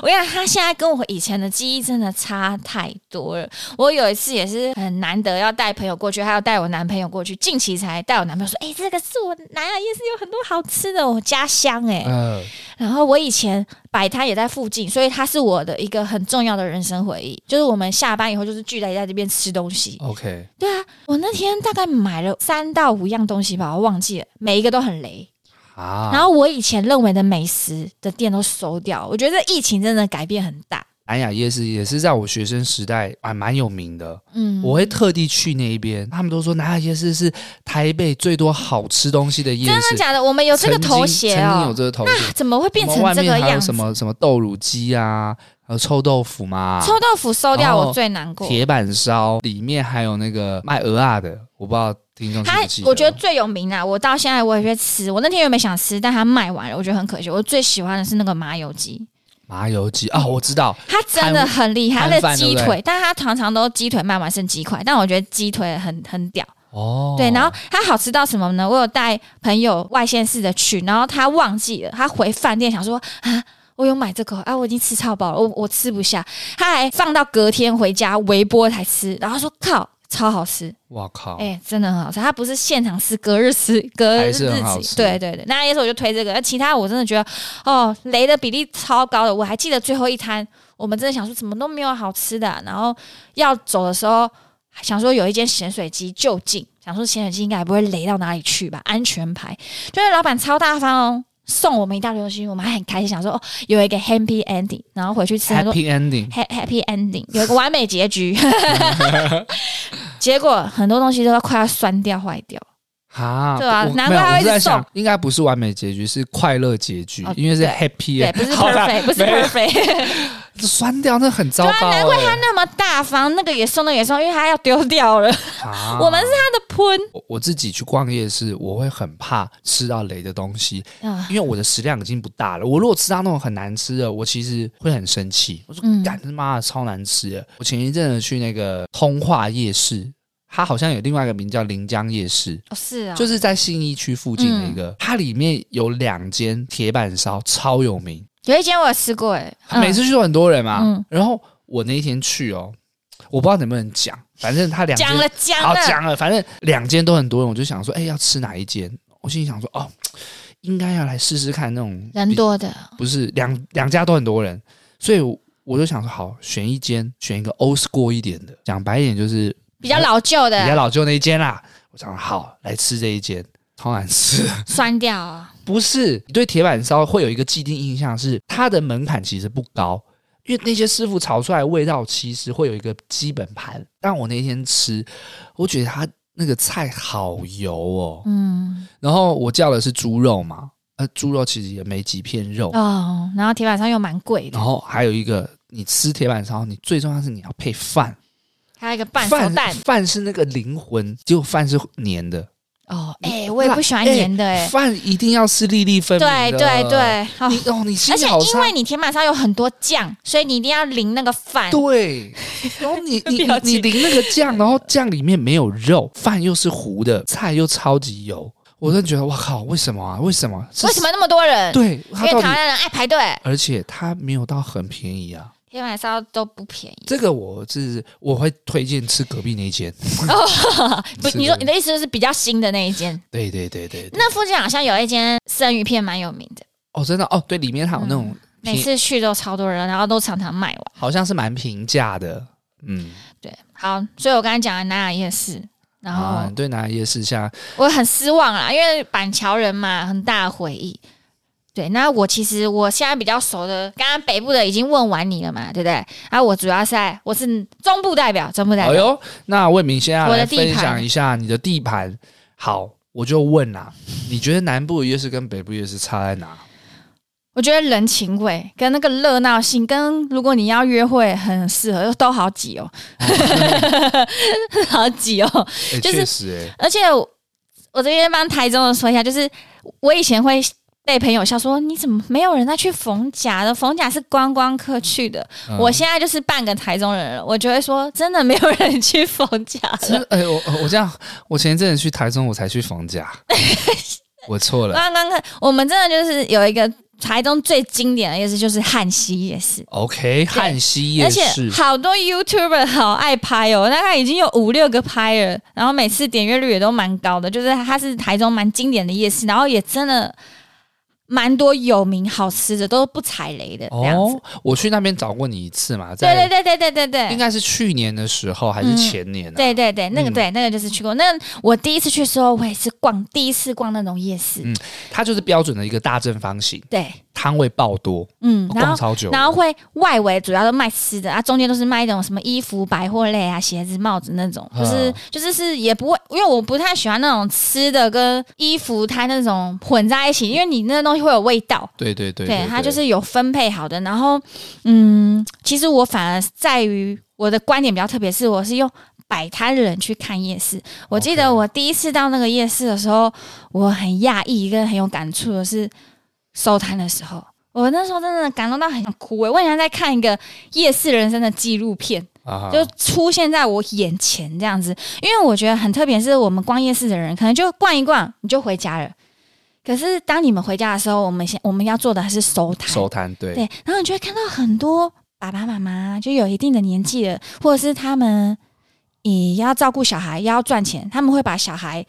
A: 我跟你讲，他现在跟我以前的记忆真的差太多了。我有一次也是很难得要带朋友过去，还要带我男朋友过去，近期才带我男朋友说：“哎、这个是我南雅夜市有很多好吃的，我家乡哎、
B: 呃，
A: 然后我以前摆摊也在附近，所以它是我的一个很重要的人生回忆。就是我们下班以后就是聚在在这边吃东西，
B: OK，
A: 对啊，我那天大概买了三到五样东西吧，我忘记了，每一个都很雷。
B: 啊，
A: 然后我以前认为的美食的店都收掉，我觉得疫情真的改变很大。
B: 南雅夜市也是在我学生时代还蛮有名的，
A: 嗯，
B: 我会特地去那一边。他们都说南雅夜市是台北最多好吃东西的夜
A: 真
B: 市
A: 的，假的？我们有这个
B: 曾经
A: 头衔
B: 曾经有
A: 哦，
B: 这个头衔，
A: 怎么会变成
B: 什么外
A: 这
B: 面
A: 个
B: 还有
A: 样子
B: 什？么什么豆乳鸡啊，还有臭豆腐嘛，
A: 臭豆腐收掉
B: 然后
A: 我最难过。
B: 铁板烧里面还有那个卖鹅啊的，我不知道听众记
A: 它
B: 不记
A: 我觉得最有名啊，我到现在我也去吃。我那天原本想吃，但它卖完了，我觉得很可惜。我最喜欢的是那个麻油鸡，
B: 麻油鸡
A: 嗯
B: 啊，我知道，
A: 它真的很厉害，
B: 摊
A: 它的
B: 摊贩
A: 鸡
B: 对不
A: 腿，但它常常都鸡腿卖完剩鸡块，但我觉得鸡腿很很屌。
B: 哦，
A: 对，然后它好吃到什么呢？我有带朋友外县市的去，然后他忘记了，他回饭店想说啊。我有买这个啊，我已经吃超饱了，我我吃不下，他还放到隔天回家微波才吃，然后说靠，超好吃，
B: 哇靠，
A: 哎、真的很好吃。它不是现场吃，隔日吃，隔
B: 还
A: 日
B: 是很好
A: 起
B: 吃
A: 对对对，那也是我就推这个，那其他我真的觉得哦，雷的比例超高的。我还记得最后一摊，我们真的想说怎么都没有好吃的啊、然后要走的时候想说有一间咸水鸡就近，想说咸水鸡应该也不会雷到哪里去吧，安全牌。就是老板超大方哦。送我们一大堆东西，我们还很开心，想说哦，有一个 happy ending，然后回去吃，他说
B: Happy ending，
A: ha- happy ending，有一个完美结局。结果很多东西都快要酸掉、坏掉。
B: 哈，
A: 对啊
B: 我
A: 难
B: 没有
A: 怪他
B: 我
A: 一
B: 是
A: 直
B: 在
A: 送
B: 想，应该不是完美结局，是快乐结局，
A: 哦
B: 因为是
A: 对
B: happy，
A: 对，不是
B: 好啦
A: perfect，不是
B: 没
A: perfect，
B: 这酸掉那很糟
A: 对
B: 糕、
A: 啊
B: 欸，
A: 难怪他那么大方，那个也送，那个也送，因为他要丢掉了。他
B: 啊
A: 我们是
B: 他
A: 的喷
B: 我我自己去逛夜市，我会很怕吃到雷的东西，
A: 啊，
B: 因为我的食量已经不大了。我如果吃到那种很难吃的，我其实会很生气。我说
A: 嗯：“
B: 干他妈的超难吃的！”我前一阵子去那个通化夜市，它好像有另外一个名叫临江夜市，
A: 哦是啊，
B: 就是是在信义区附近的一
A: 嗯
B: 个，它里面有两间铁板烧超有名，
A: 有一间我有吃过，哎，嗯
B: 啊每次去都很多人嘛。
A: 嗯
B: 然后我那一天去哦，我不知道能不能讲，反正它两间
A: 嗯讲了讲
B: 好
A: 了，
B: 讲了，反正两间都很多人，我就想说，哎、要吃哪一间？我心里想说，哦，应该要来试试看那种
A: 人
B: 比，
A: 多的
B: 不是两两家都很多人，所以我我就想说，好，选一间，选一个 old school 一点的，讲白一点就是
A: 比较老旧
B: 比较
A: 的，
B: 老旧那一间啦。我想好来吃这一间，超难吃。
A: 酸掉啊，
B: 不是，你对铁板烧会有一个既定印象是它的门槛其实不高，因为那些师傅炒出来的味道其实会有一个基本盘。但我那天吃，我觉得它那个菜好油哦。
A: 嗯
B: 然后我叫的是猪肉嘛，呃，猪肉其实也没几片肉。
A: 哦，然后铁板烧又蛮贵的
B: 然，后还有一个，你吃铁板烧，你最重要是你要配饭，
A: 还有一个半熟
B: 饭
A: 蛋
B: 饭是那个灵魂，结果饭是黏的。
A: 哦，哎，我也不喜欢
B: 哎
A: 黏的，哎，
B: 饭一定要是粒粒分明
A: 对
B: 的。
A: 对对，哦
B: 你哦，你心
A: 而
B: 里
A: 且
B: 好
A: 因
B: 差
A: 为你铁板烧有很多酱，所以你一定要淋那个饭。
B: 对，然后你你
A: 表
B: 你你淋那个酱，然后酱里面没有肉，饭又是糊的，菜又超级油，我真的觉得哇靠，为什么啊？为什么？
A: 为什么？那么多人？
B: 对，
A: 因
B: 它
A: 为
B: 到底
A: 台？湾人爱排队，
B: 而且它没有到很便宜啊。
A: 铁板烧都不便宜。
B: 这个我是我会推荐吃隔壁那间。
A: 不，
B: 是
A: 你说
B: 的
A: 你的意思就是比较新的那一间？
B: 对对对对对
A: 那附近好像有一间生鱼片蛮有名的，
B: 哦，真的哦，对，里面还有那种
A: 嗯
B: 便
A: 每次去都超多人，然后都常常卖完。
B: 好像是蛮平价的，嗯
A: 对，好，所以我刚才讲的南雅夜市，然
B: 啊
A: 后，
B: 对，南夜市下
A: 我很失望啦，因为板桥人嘛，很大的回忆。对，那我其实我现在比较熟的，刚刚北部的已经问完你了嘛，对不对？然后我主要是在我是中部代表，中部代
B: 哎
A: 表，
B: 呦，那魏明先要
A: 啊我
B: 来
A: 的地
B: 分享
A: 盘
B: 一下你的地盘。好，我就问啦、你觉得南部的夜市跟北部夜市差在哪？
A: 我觉得人情味跟那个热闹性，跟如果你要约会很适合，都好挤哦， 好挤哦。
B: 哎
A: 就是
B: 确实、欸，
A: 而且我我这边帮台中的说一下，就是我以前会被朋友笑说，你怎么没有人在去逢甲的？逢甲是观光客去的，
B: 嗯
A: 我现在就是半个台中人了，我就会说，真的没有人去逢 甲
B: 真
A: 了。
B: 哎、我我我这样，我前一阵子去台中，我才去逢 甲，我错了。
A: 观光客，我们真的就是有一个台中最经典的夜市，就是汉西夜市。
B: OK，汉西夜
A: 而且
B: 市，
A: 好多 YouTuber 好爱拍哦，大概已经有五六个拍了，然后每次点阅率也都蛮高的，就是它是台中蛮经典的夜市，然后也真的蛮多有名好吃的，都不踩雷的这样子。
B: 哦，我去那边找过你一次嘛，
A: 对
B: 在
A: 对对对对对
B: 应
A: 对。
B: 该是去年的时候还是
A: 嗯
B: 前年、啊
A: 对对对，那个
B: 嗯
A: 对、那个就是去过。那我第一次去的时候，我也是逛第一次逛那种夜市，
B: 嗯它就是标准的一个大正方形，
A: 对，
B: 摊位爆多，
A: 嗯，然
B: 逛
A: 后
B: 超久，
A: 然后会外围主要都卖吃的啊，中间都是卖一种什么衣服、百货类啊、鞋子、帽子那种，就是、
B: 嗯
A: 就是是也不会，因为我不太喜欢那种吃的跟衣服它那种混在一起，因为你那东西会有味道。
B: 对对对
A: 对，它就是有分配好的。然后，嗯，其实我反而在于我的观点比较特别，是我是用摆摊人去看夜市。我记得
B: OK
A: 我第一次到那个夜市的时候，我很讶异跟很有感触的是收摊的时候，我那时候真的感动到很想哭、欸。我很像在看一个夜市人生的纪录片。
B: 啊，
A: 就出现在我眼前这样子。因为我觉得很特别，是我们逛夜市的人可能就逛一逛你就回家了。可是当你们回家的时候，我们先我们要做的还是收摊，
B: 收摊，对，
A: 对，然后你就会看到很多爸爸妈妈就有一定的年纪了，或者是他们也要照顾小孩，也要赚钱，他们会把小孩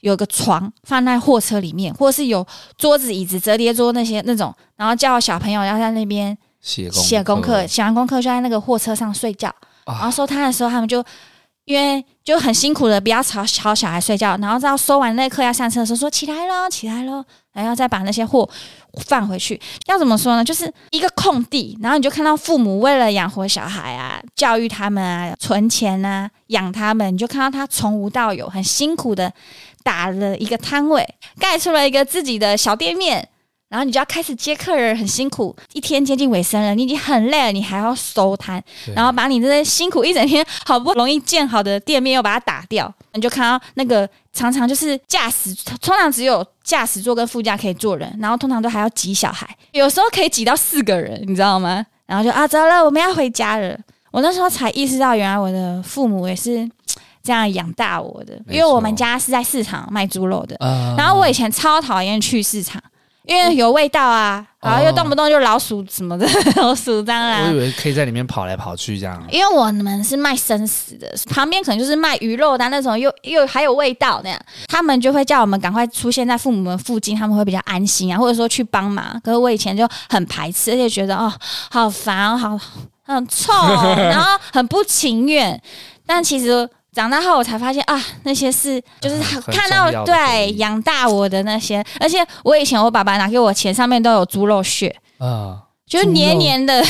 A: 有个床放在货车里面，或者是有桌子、椅子、折叠桌那些那种，然后叫小朋友要在那边
B: 写功
A: 写功课，写完功课就在那个货车上睡觉。然后
B: 啊，
A: 收摊的时候，他们就因为就很辛苦的，不要吵吵小孩睡觉，然后到收完那课要上车的时候说起来喽，起来喽，然后再把那些货放回去。要怎么说呢？就是一个空地，然后你就看到父母为了养活小孩啊，教育他们啊，存钱啊，养他们，你就看到他从无到有，很辛苦的打了一个摊位，盖出了一个自己的小店面。然后你就要开始接客人，很辛苦。一天接近尾声了，你已经很累了，你还要收摊，
B: 对
A: 然后把你这些辛苦一整天好不容易建好的店面又把它打掉，你就看到那个常常就是驾驶，通常只有驾驶座跟副驾可以坐人，然后通常都还要挤小孩，有时候可以挤到四个人，你知道吗？然后就啊，走了，我们要回家了。我那时候才意识到，原来我的父母也是这样养大我的，因为我们
B: 没错
A: 家是在市场卖猪肉的，
B: 啊
A: 然后我以前超讨厌去市场，因为有味道啊，然后又动不动就老鼠什么的， 老鼠啊当然。
B: 我以为可以在里面跑来跑去这样，
A: 因为我们是卖生食的，旁边可能就是卖鱼肉的啊那种，又又还有味道那样，他们就会叫我们赶快出现在父母们附近，他们会比较安心啊，或者说去帮忙。可是我以前就很排斥，而且觉得哦，好烦哦，好很臭哦、然后很不情愿。但其实长大后我才发现啊，那些是就是
B: 很重
A: 看
B: 要
A: 到
B: 的
A: 对
B: 回忆
A: 养大我的那些，而且我以前我爸爸拿给我钱上面都有猪肉屑，
B: 啊，
A: 就是黏黏的
B: 哦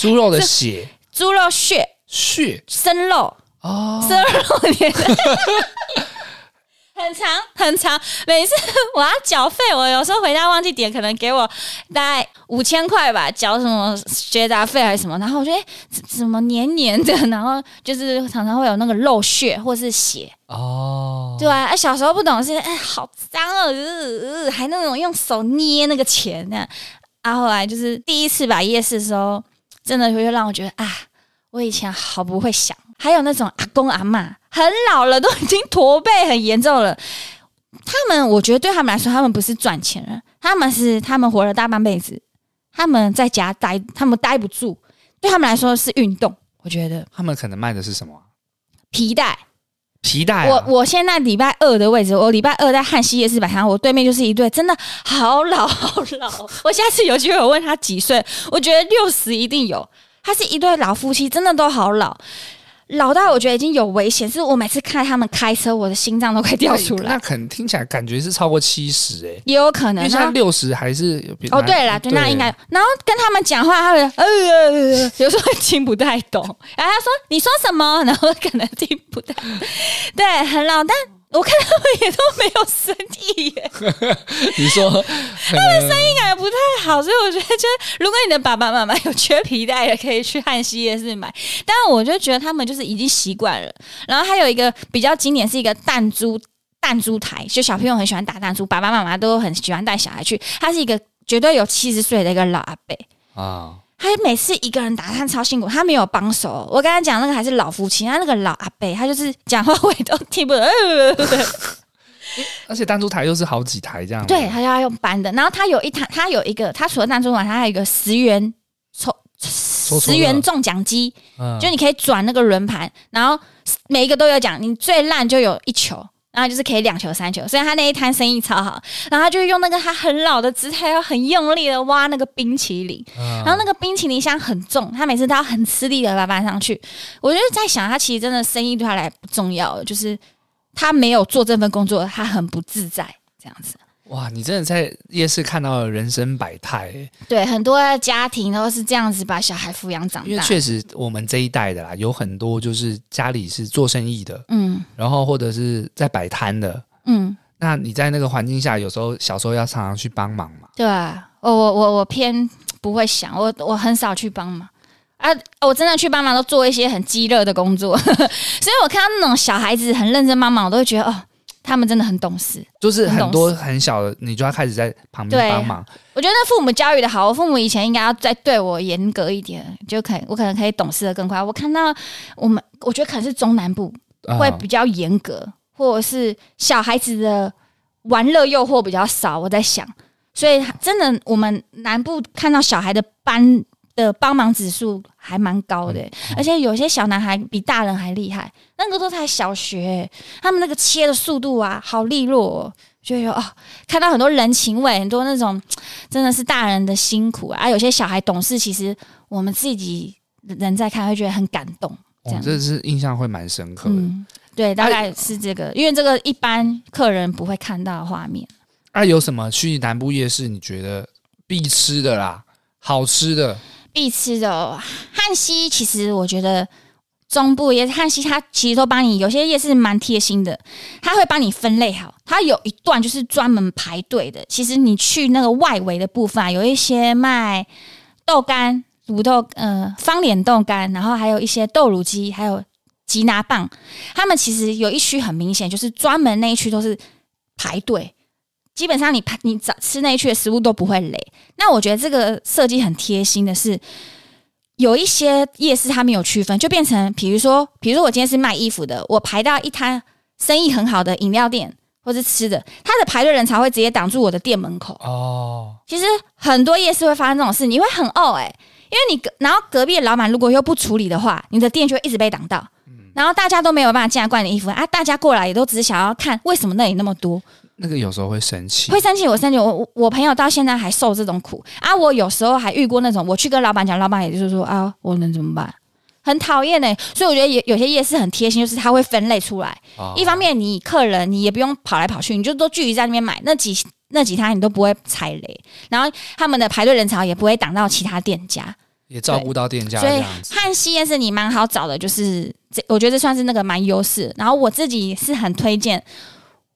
B: 猪肉的血
A: 猪肉屑、
B: 血
A: 生肉。
B: 哦，
A: 十二六年， 很长很长。每次我要缴费，我有时候回家忘记点，可能给我大概五千块吧，缴什么学杂费还是什么。然后我觉得、诶怎怎么黏黏的，然后就是常常会有那个漏血或是血，
B: 哦，
A: 对啊。啊小时候不懂是，哎、好脏哦、呃呃还那种用手捏那个钱那样。啊，后来就是第一次摆夜市的时候，真的会让我觉得啊，我以前好不会想。还有那种阿公阿嬷，很老了，都已经驼背很严重了。他们，我觉得对他们来说，他们不是赚钱人，他们是他们活了大半辈子，他们在家待，他们待不住，对他们来说是运动。我觉得
B: 他们可能卖的是什么啊
A: 皮带，
B: 皮带
A: 我
B: 啊？
A: 我现在礼拜二的位置，我礼拜二在汉西夜市摆摊，我对面就是一对真的好老好老。我下次有机会我问他几岁，我觉得六十一定有。他是一对老夫妻，真的都好老，老到我觉得已经有危险。是我每次看他们开车，我的心脏都快掉出
B: 那
A: 来，
B: 可能听起来感觉是超过七十哎，
A: 也有可
B: 因
A: 能
B: 为现在
A: 啊。
B: 六十还是有比
A: 哦，对了，对，那应该。然后跟他们讲话，他们呃呃呃 呃有时候会听不太懂。然后他说你说什么， 然后可能听不太，对，很老，但我看他们也都没有生意耶。
B: 你说可能
A: 感觉不太好，所以我觉得，就是如果你的爸爸妈妈有缺皮带的，可以去汉西夜市买。但我就觉得他们就是已经习惯了。然后还有一个比较经典是一个弹珠弹珠台，就小朋友很喜欢打弹珠，爸爸妈妈都很喜欢带小孩去。他是一个绝对有七十岁的一个老阿伯。
B: 啊，
A: 他每次一个人打探超辛苦，他没有帮手。我刚才讲那个还是老夫妻，他那个老阿伯，他就是讲话 我也都听不懂，
B: 而且弹珠台又是好几台这样，
A: 对，，他要用搬的。然后他有一台，他有一个，他除了弹珠碗，他还有一个十元抽
B: 抽
A: 十元中奖机，
B: 嗯
A: 就你可以转那个轮盘，然后每一个都有奖，你最烂就有一球。然后就是可以两球三球，所以他那一摊生意超好。然后他就用那个他很老的姿态，要很用力的挖那个冰淇淋，
B: 嗯
A: 然后那个冰淇淋箱很重，他每次都要很吃力的把它搬上去。我就是在想，他其实真的生意对他来不重要，就是他没有做这份工作，他很不自在这样子。
B: 哇，你真的在夜市看到了人生百态欸，
A: 对，很多的家庭都是这样子把小孩抚养长
B: 因为
A: 大。
B: 确实我们这一代的啦，有很多就是家里是做生意的，
A: 嗯
B: 然后或者是在摆摊的。
A: 嗯，
B: 那你在那个环境下，有时候小时候要常常去帮忙嘛。
A: 对啊，我我我我偏不会想，我我很少去帮忙。啊，我真的去帮忙都做一些很鸡肋的工作， 所以我看到那种小孩子很认真帮忙，我都会觉得哦，他们真的很懂事。
B: 就是很多很小的，你就要开始在旁边
A: 对
B: 帮忙。
A: 我觉得父母教育的好，我父母以前应该要再对我严格一点，就可以我可能可以懂事的更快。我看到我们，我觉得可能是中南部
B: 嗯
A: 会比较严格，或者是小孩子的玩乐诱惑比较少。我在想，所以真的我们南部看到小孩的班的帮忙指数还蛮高的、欸而且有些小男孩比大人还厉害，那个都才小学、欸他们那个切的速度啊，好利落、哦。就有哦，看到很多人情味，很多那种真的是大人的辛苦啊。啊有些小孩懂事，其实我们自己人在看会觉得很感动。这
B: 哦
A: 样，子。
B: 这是印象会蛮深刻的。
A: 嗯，对，大概是这个，因为这个一般客人不会看到的画面。
B: 那、啊有什么去南部夜市你觉得必吃的啦，好吃的？
A: 必吃的哦汉西，其实我觉得中部也是汉西，它其实都帮你有些夜市蛮贴心的，它会帮你分类好。它有一段就是专门排队的，其实你去那个外围的部分啊，有一些卖豆干、卤豆呃方脸豆干，然后还有一些豆乳鸡，还有吉拿棒。他们其实有一区很明显，就是专门那一区都是排队。基本上你排你早吃那一区的食物都不会累，那我觉得这个设计很贴心的是，有一些夜市它没有区分，就变成比如说，比如说我今天是卖衣服的，我排到一摊生意很好的饮料店或是吃的，他的排队人才会直接挡住我的店门口。
B: 哦，
A: 其实很多夜市会发生这种事，你会很怄哎、因为你隔然后隔壁的老板如果又不处理的话，你的店就会一直被挡到。然后大家都没有办法进来逛你的衣服啊！大家过来也都只是想要看为什么那里那么多，
B: 那个有时候会生气
A: 会。生气，我生气，我我我朋友到现在还受这种苦啊！我有时候还遇过那种，我去跟老板讲，老板也就是说啊，我能怎么办？很讨厌呢、所以我觉得有有些夜市很贴心，就是它会分类出来。
B: 哦
A: 一方面，你客人你也不用跑来跑去，你就都聚集在那边买那几那几摊，你都不会踩雷。然后他们的排队人潮也不会挡到其他店家，
B: 也照顾到店家
A: 所
B: 这
A: 以
B: 样 子。
A: 汉西夜市你蛮好找的，就是这，我觉得这算是那个蛮优势。然后我自己是很推荐，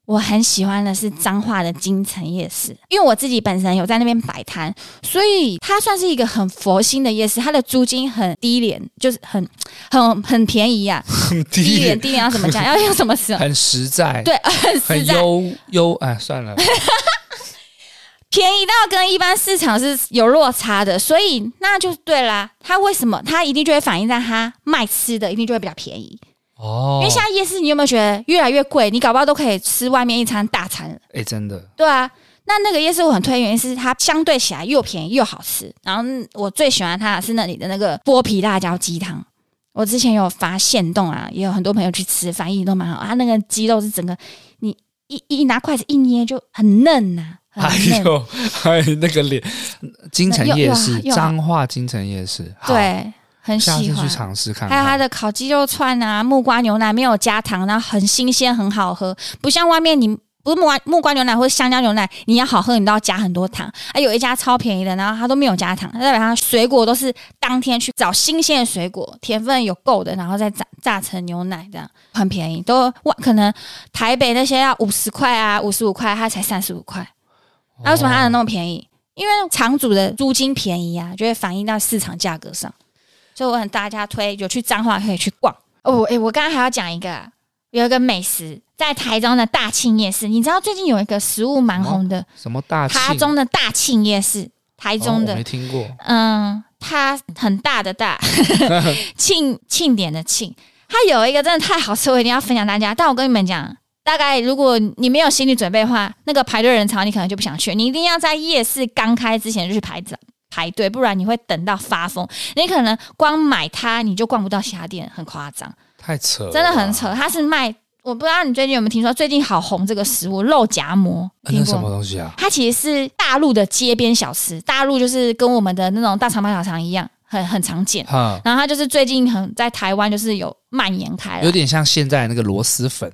A: 我很喜欢的是彰化的金城夜市，因为我自己本身有在那边摆摊，所以它算是一个很佛心的夜市，它的租金很低廉，就是很很很便宜 呀、啊，
B: 很
A: 低
B: 低
A: 廉低廉要怎么 讲？要用什么 词？啊
B: 很实在，
A: 对，很实
B: 很
A: 在，
B: 优优哎，算 了，
A: 便宜到跟一般市场是有落差的，所以那就对啦。它为什么它一定就会反映在它卖吃的一定就会比较便宜。
B: 哦
A: 因为现在夜市，你有没有觉得越来越贵？你搞不好都可以吃外面一餐大餐了，
B: 哎、真的，
A: 对啊。那那个夜市我很推荐，原因是它相对起来又便宜又好吃。然后嗯我最喜欢它的是那里的那个剥皮辣椒鸡汤。我之前有发现动啊，也有很多朋友去吃，反应都蛮好。它啊那个鸡肉是整个你一一拿筷子一捏就很嫩呐、
B: 还
A: 很嫩。
B: 有还有那个脸，京城夜市
A: 又，又
B: 彰化京城夜市，好，
A: 对，很喜
B: 下次
A: 欢。
B: 去尝试看
A: 还有它
B: 看。
A: 的烤鸡肉串啊，木瓜牛奶没有加糖，然后很新鲜，很好喝，不像外面你。不是木瓜木瓜牛奶或者香蕉牛奶，你要好喝，你都要加很多糖。啊，有一家超便宜的，然后它都没有加糖，代表它水果都是当天去找新鲜的水果，甜分有够的，然后再榨榨成牛奶，这样很便宜。都哇，可能台北那些要五十块啊，五十五块，它才三十五块。
B: 哦
A: 那、为什么它能那么便宜？因为场主的租金便宜啊，就会反映到市场价格上。所以我很大家推，有去彰化可以去逛。哦，我诶、我刚刚还要讲一个啊，有一个美食在台中的大庆夜市，你知道最近有一个食物蛮红的，
B: 什么大庆？
A: 台中的大庆夜市，台中
B: 哦我
A: 的
B: 没，听过。
A: 嗯，它很大的 大庆庆典的庆，它有一个真的太好吃，我一定要分享大家。但我跟你们讲，大概如果你没有心理准备的话，那个排队人潮你可能就不想去，你一定要在夜市刚开之前就去排着。排队，不然你会等到发疯。你可能光买它，你就逛不到其他店，很夸张，
B: 太扯了，啊
A: 真的很扯。。它是卖，我不知道你最近有没有听说，最近好红这个食物肉夹馍，
B: 啊、
A: 听
B: 那什
A: 过吗
B: 么？东西啊？
A: 它其实是大陆的街边小吃，大陆就是跟我们的那种大肠包小肠一样，很很常见。
B: 哈，
A: 然后它就是最近很在台湾就是有蔓延开
B: 有
A: 了，
B: 点像现在那个螺蛳粉，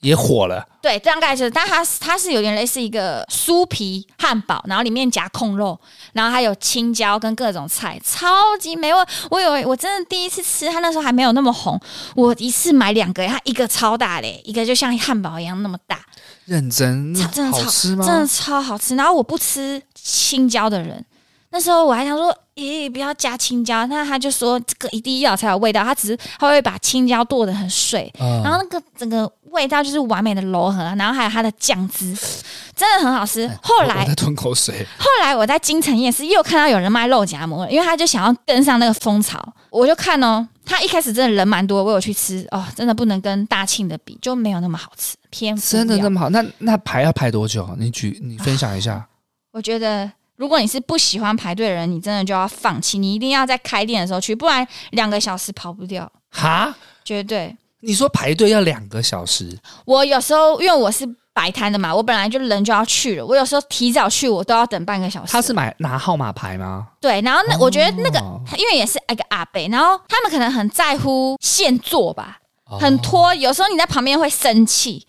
B: 也火了，
A: 对，大概就是，但它它是有点类似一个酥皮汉堡，然后里面夹控肉，然后还有青椒跟各种菜，超级美味。我有我真的第一次吃，它那时候还没有那么红，我一次买两个，它一个超大嘞，一个就像汉堡一样那么大，
B: 认真
A: 超真的
B: 嗯好
A: 超
B: 吃吗？
A: 真的超好吃。然后我不吃青椒的人，那时候我还想说，咦、不要加青椒，那他就说这个一定要才有味道，他只是他会把青椒剁得很碎，
B: 嗯
A: 然后那个整个味道就是完美的柔和，啊然后还有它的酱汁，真的很好吃。后
B: 哎我我
A: 来
B: 在吞 口水，
A: 后来我在京城夜市又看到有人卖肉夹馍了，因为他就想要跟上那个风潮，我就看哦，他一开始真的人蛮多，我有去吃哦，真的不能跟大庆的比，就没有那么好吃，偏不
B: 真的
A: 了
B: 那么好？那那排要排多久？你举你分享 一下。
A: 我觉得，如果你是不喜欢排队的人，你真的就要放弃，你一定要在开店的时候去，不然两个小时跑不掉，
B: 哈，
A: 绝对。
B: 你说排队要两个小时，
A: 我有时候因为我是摆摊的嘛，我本来就人就要去了，我有时候提早去，我都要等半个小时。
B: 他是买拿号码牌吗？
A: 对，然后那、我觉得那个
B: 哦，
A: 因为也是一个阿伯，然后他们可能很在乎现做吧，
B: 哦
A: 很拖，有时候你在旁边会生气。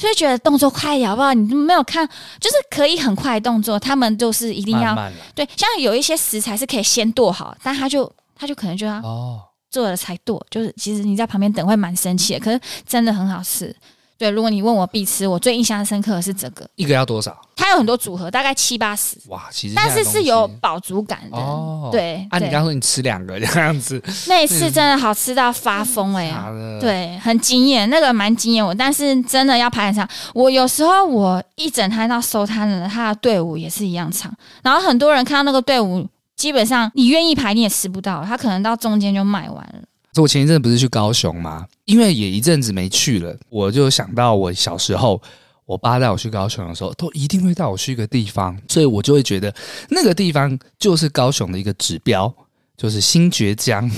A: 所以觉得动作快一点好不好？你没有看，就是可以很快的动作，他们就是一定要
B: 慢慢来
A: 对，像有一些食材是可以先剁好，但他就他就可能就要
B: 哦。
A: 做了才剁，就是其实你在旁边等会蛮生气的，可是真的很好吃。对，如果你问我必吃，我最印象深刻的是这个，
B: 一个要多少？
A: 它有很多组合，大概七八十，
B: 哇，其实
A: 但是
B: 现在的
A: 是有
B: 东西
A: 饱足感的。
B: 哦
A: 对，
B: 啊，你
A: 对
B: 刚说你吃两个这样子，
A: 那一次真的好吃到发疯哎、
B: 妈的，
A: 对，很惊艳，那个蛮惊艳我，但是真的要排很长。我有时候我一整摊到收摊了，他的队伍也是一样长。然后很多人看到那个队伍，基本上你愿意排你也吃不到，他可能到中间就卖完了。
B: 所以我前一阵不是去高雄吗？因为也一阵子没去了，我就想到我小时候，我爸带我去高雄的时候，都一定会带我去一个地方，所以我就会觉得那个地方就是高雄的一个指标，就是新觉江。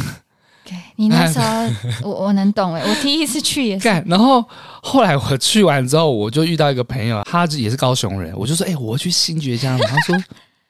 A: 对你那时候我我能懂哎、我第一次去也是。
B: 干，然后后来我去完之后，我就遇到一个朋友，他也是高雄人，我就说：“哎、我要去新觉江。”他说：“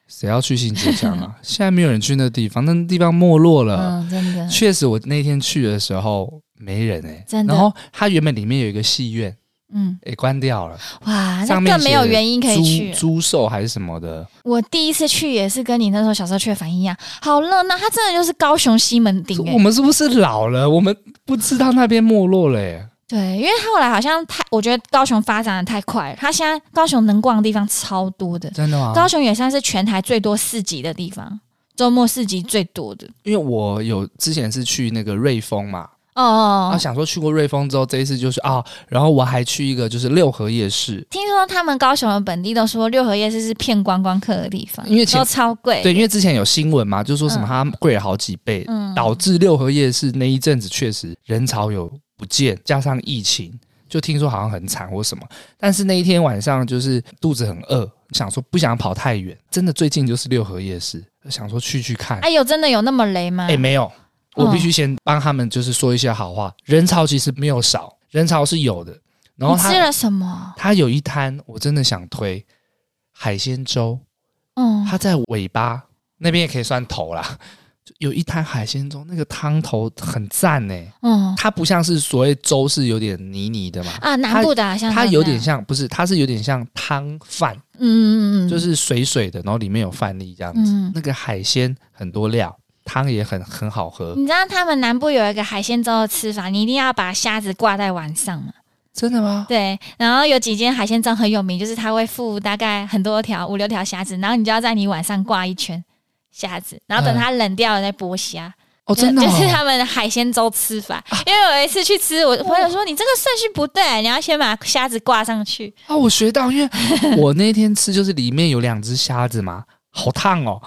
B: 谁要去新觉江 啊？现在没有人去那地方，那地方没落了。
A: 嗯，真的，
B: 确实，我那天去的时候没人哎、
A: 真的
B: 然后它原本里面有一个戏院，
A: 嗯，
B: 哎、关掉了，
A: 哇，那
B: 上面
A: 更没有原因可以去
B: 猪
A: 了。
B: 猪售还是什么的，
A: 我第一次去也是跟你那时候小时候去的反应一样，好热闹，它真的就是高雄西门町、欸
B: 我。们是不是老了？我们不知道那边没落了、欸，
A: 对，因为后来好像太，我觉得高雄发展的太快了，它现在高雄能逛的地方超多的，
B: 真的吗？
A: 高雄也算是全台最多市集的地方，周末市集最多的。
B: 因为我有之前是去那个瑞丰嘛，
A: 哦哦
B: 然后
A: 哦，
B: 想说去过瑞丰之后，这一次就是啊，然后我还去一个就是六合夜市，
A: 听说他们高雄的本地都说六合夜市是骗观光客的地方，
B: 因为前
A: 都超贵。
B: 对，因为之前有新闻嘛，就说什么
A: 哎嗯
B: 它贵了好几倍，
A: 嗯
B: 导致六合夜市那一阵子确实人潮有不见，加上疫情，就听说好像很惨或什么。但是那一天晚上就是肚子很饿，想说不想跑太远，真的最近就是六合夜市，想说去去看。哎、
A: 哎嗯呦，真的有那么雷吗？
B: 哎没有，我必须先帮他们就是说一些好话，人潮其实没有少，人潮是有的。然后
A: 你
B: 他
A: 吃了什么？
B: 它有一摊我真的想推海鲜粥，
A: 嗯，
B: 它在尾巴那边也可以算头啦。就有一摊海鲜粥，那个汤头很赞呢、
A: 嗯
B: 它不像是所谓粥是有点泥泥的嘛，
A: 啊，南部的好像
B: 它
A: 都
B: 有
A: 这样
B: 点像不是，它是有点像汤饭，
A: 嗯嗯嗯，
B: 就是水水的，然后里面有饭粒这样子。
A: 嗯。
B: 那个海鲜很多料，汤也很很好喝，
A: 你知道他们南部有一个海鲜粥的吃法，你一定要把虾子挂在碗上嘛。
B: 真的吗？
A: 对，然后有几间海鲜粥很有名，就是它会附大概很多条五六条虾子，然后你就要在你碗上挂一圈虾子，然后等它冷掉了再剥虾。
B: 哦，真的、哦，
A: 就是他们的海鲜粥吃法。因为我有一次去吃，我朋友说你这个顺序不对，你要先把虾子挂上去。
B: 啊，我学到，因为我那天吃就是里面有两只虾子嘛，好 烫哦。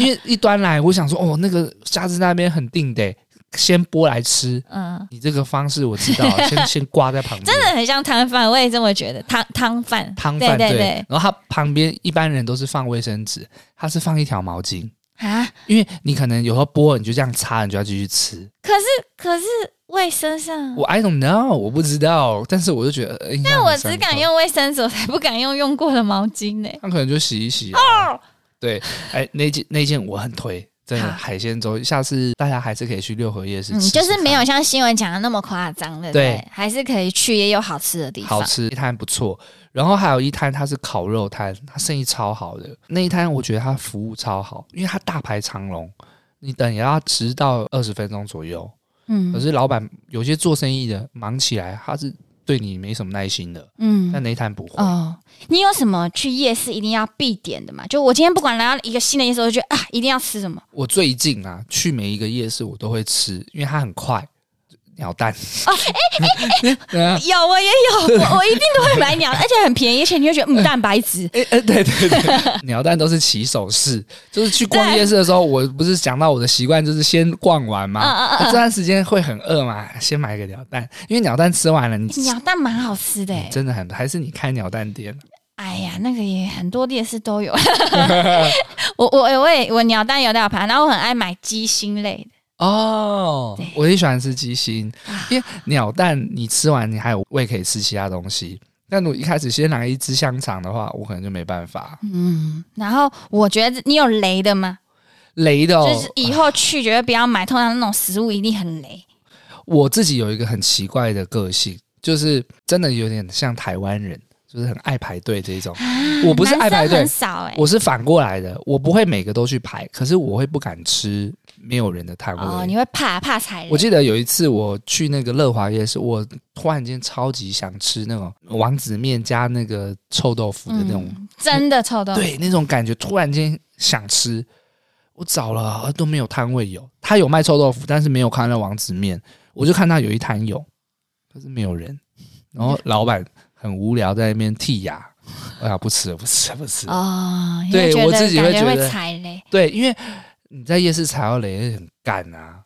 B: 因为一端来，我想说，哦，那个虾子那边很定的，先剥来吃。
A: 嗯，
B: 你这个方式我知道 了，先先挂在旁边。
A: 真的很像汤饭，我也这么觉得，汤汤饭，
B: 汤饭
A: 对对
B: 然后它旁边一般人都是放卫生纸，它是放一条毛巾，
A: 对啊。
B: 因为你可能有时候剥了你就这样擦，你就要继续吃。
A: 可是可是卫生上。
B: 我 I don't know，我不知道，但是我就觉得，呃、
A: 那
B: 那
A: 我只敢，用卫生纸，我才不敢用用过的毛巾呢、
B: 他可能就洗一洗啊、
A: 哦，
B: 对，哎，那件那件我很推，真的
A: 好
B: 海鲜粥，下次大家还是可以去六合夜市
A: 嗯
B: 吃，吃
A: 就是没有
B: 看
A: 像新闻讲的那么夸张，对不
B: 对
A: 对？还是可以去，也有好吃的地
B: 好
A: 方。
B: 吃一摊不错，然后还有一摊它是烤肉摊，它生意超好的那一摊，我觉得它服务超好，因为它大排长龙，你等也要十到二十分钟左右。可
A: 嗯
B: 是老板有些做生意的忙起来，他是对你没什么耐心的，但
A: 嗯，
B: 那一摊不会。
A: 哦，你有什么去夜市一定要必点的吗？就我今天不管来到一个新的夜市，我就觉得啊，一定要吃什么？
B: 我最近啊，去每一个夜市我都会吃，因为它很快。鸟蛋，对啊，
A: 有，我也有，我我一定都会买鸟，而且很便宜，而且你会觉得嗯，蛋白质。
B: 哎哎，对对对， 鸟蛋都是起手式，就是去逛夜市的时候，我不是讲到我的习惯就是先逛完嘛，
A: 嗯嗯嗯
B: 啊这段时间会很饿嘛，先买个鸟蛋，因为鸟蛋吃完了，你
A: 鸟蛋蛮好吃的、
B: 你
A: 欸，
B: 真的很还是你开鸟蛋店，
A: 哎呀，那个也很多夜市都 有。 我我我也我鸟蛋有料盘，然后我很爱买鸡心类的。
B: 哦
A: 对，啊
B: 我也喜欢吃鸡心，因为鸟蛋你吃完，你还有胃可以吃其他东西。但我一开始先拿一只香肠的话，我可能就没办法。
A: 嗯，然后我觉得你有雷的吗？
B: 雷的、哦，
A: 就是以后去绝对不要买，通常那种食物一定很雷。
B: 我自己有一个很奇怪的个性，就是真的有点像台湾人，就是很爱排队这一种。我不是爱排
A: 啊男生
B: 队
A: 很，少哎、
B: 我是反过来的，我不会每个都去排，可是我会不敢吃没有人的摊位。
A: 哦，你会怕怕踩雷
B: 我记得有一次我去那个乐华夜市，我突然间超级想吃那种王子面加那个臭豆腐的那种，
A: 嗯、真的臭豆腐。
B: 对，那种感觉突然间想吃。我找了都没有摊位有，他有卖臭豆腐，但是没有看到王子面，我就看他有一摊有，可是没有人。然后老板很无聊，在那边剔牙，哎呀，不吃了，不吃了，不吃了。
A: 哦，因
B: 对
A: 为觉得
B: 我自己会
A: 感
B: 觉得
A: 会踩雷。
B: 对，因为你在夜市踩到雷很干啊，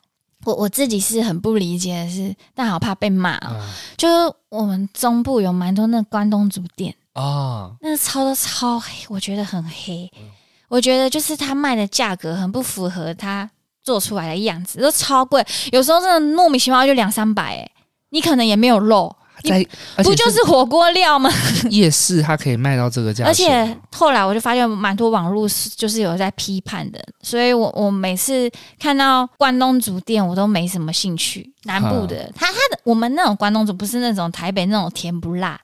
A: 我我自己是很不理解的是，但好怕被骂哦。
B: 啊、
A: 就是我们中部有蛮多那关东煮店。
B: 哦，
A: 那个超都超黑，我觉得很黑。
B: 嗯
A: 我觉得就是他卖的价格很不符合他做出来的样子，都超贵，有时候真的莫名其妙就两三百哎，你可能也没有肉，你
B: 在而且
A: 不就是火锅料吗？
B: 夜市它可以卖到这个价钱，
A: 而且后来我就发现蛮多网络是就是有在批判的，所以我我每次看到关东煮店我都没什么兴趣。南部的，他他的我们那种关东煮不是那种台北那种甜不辣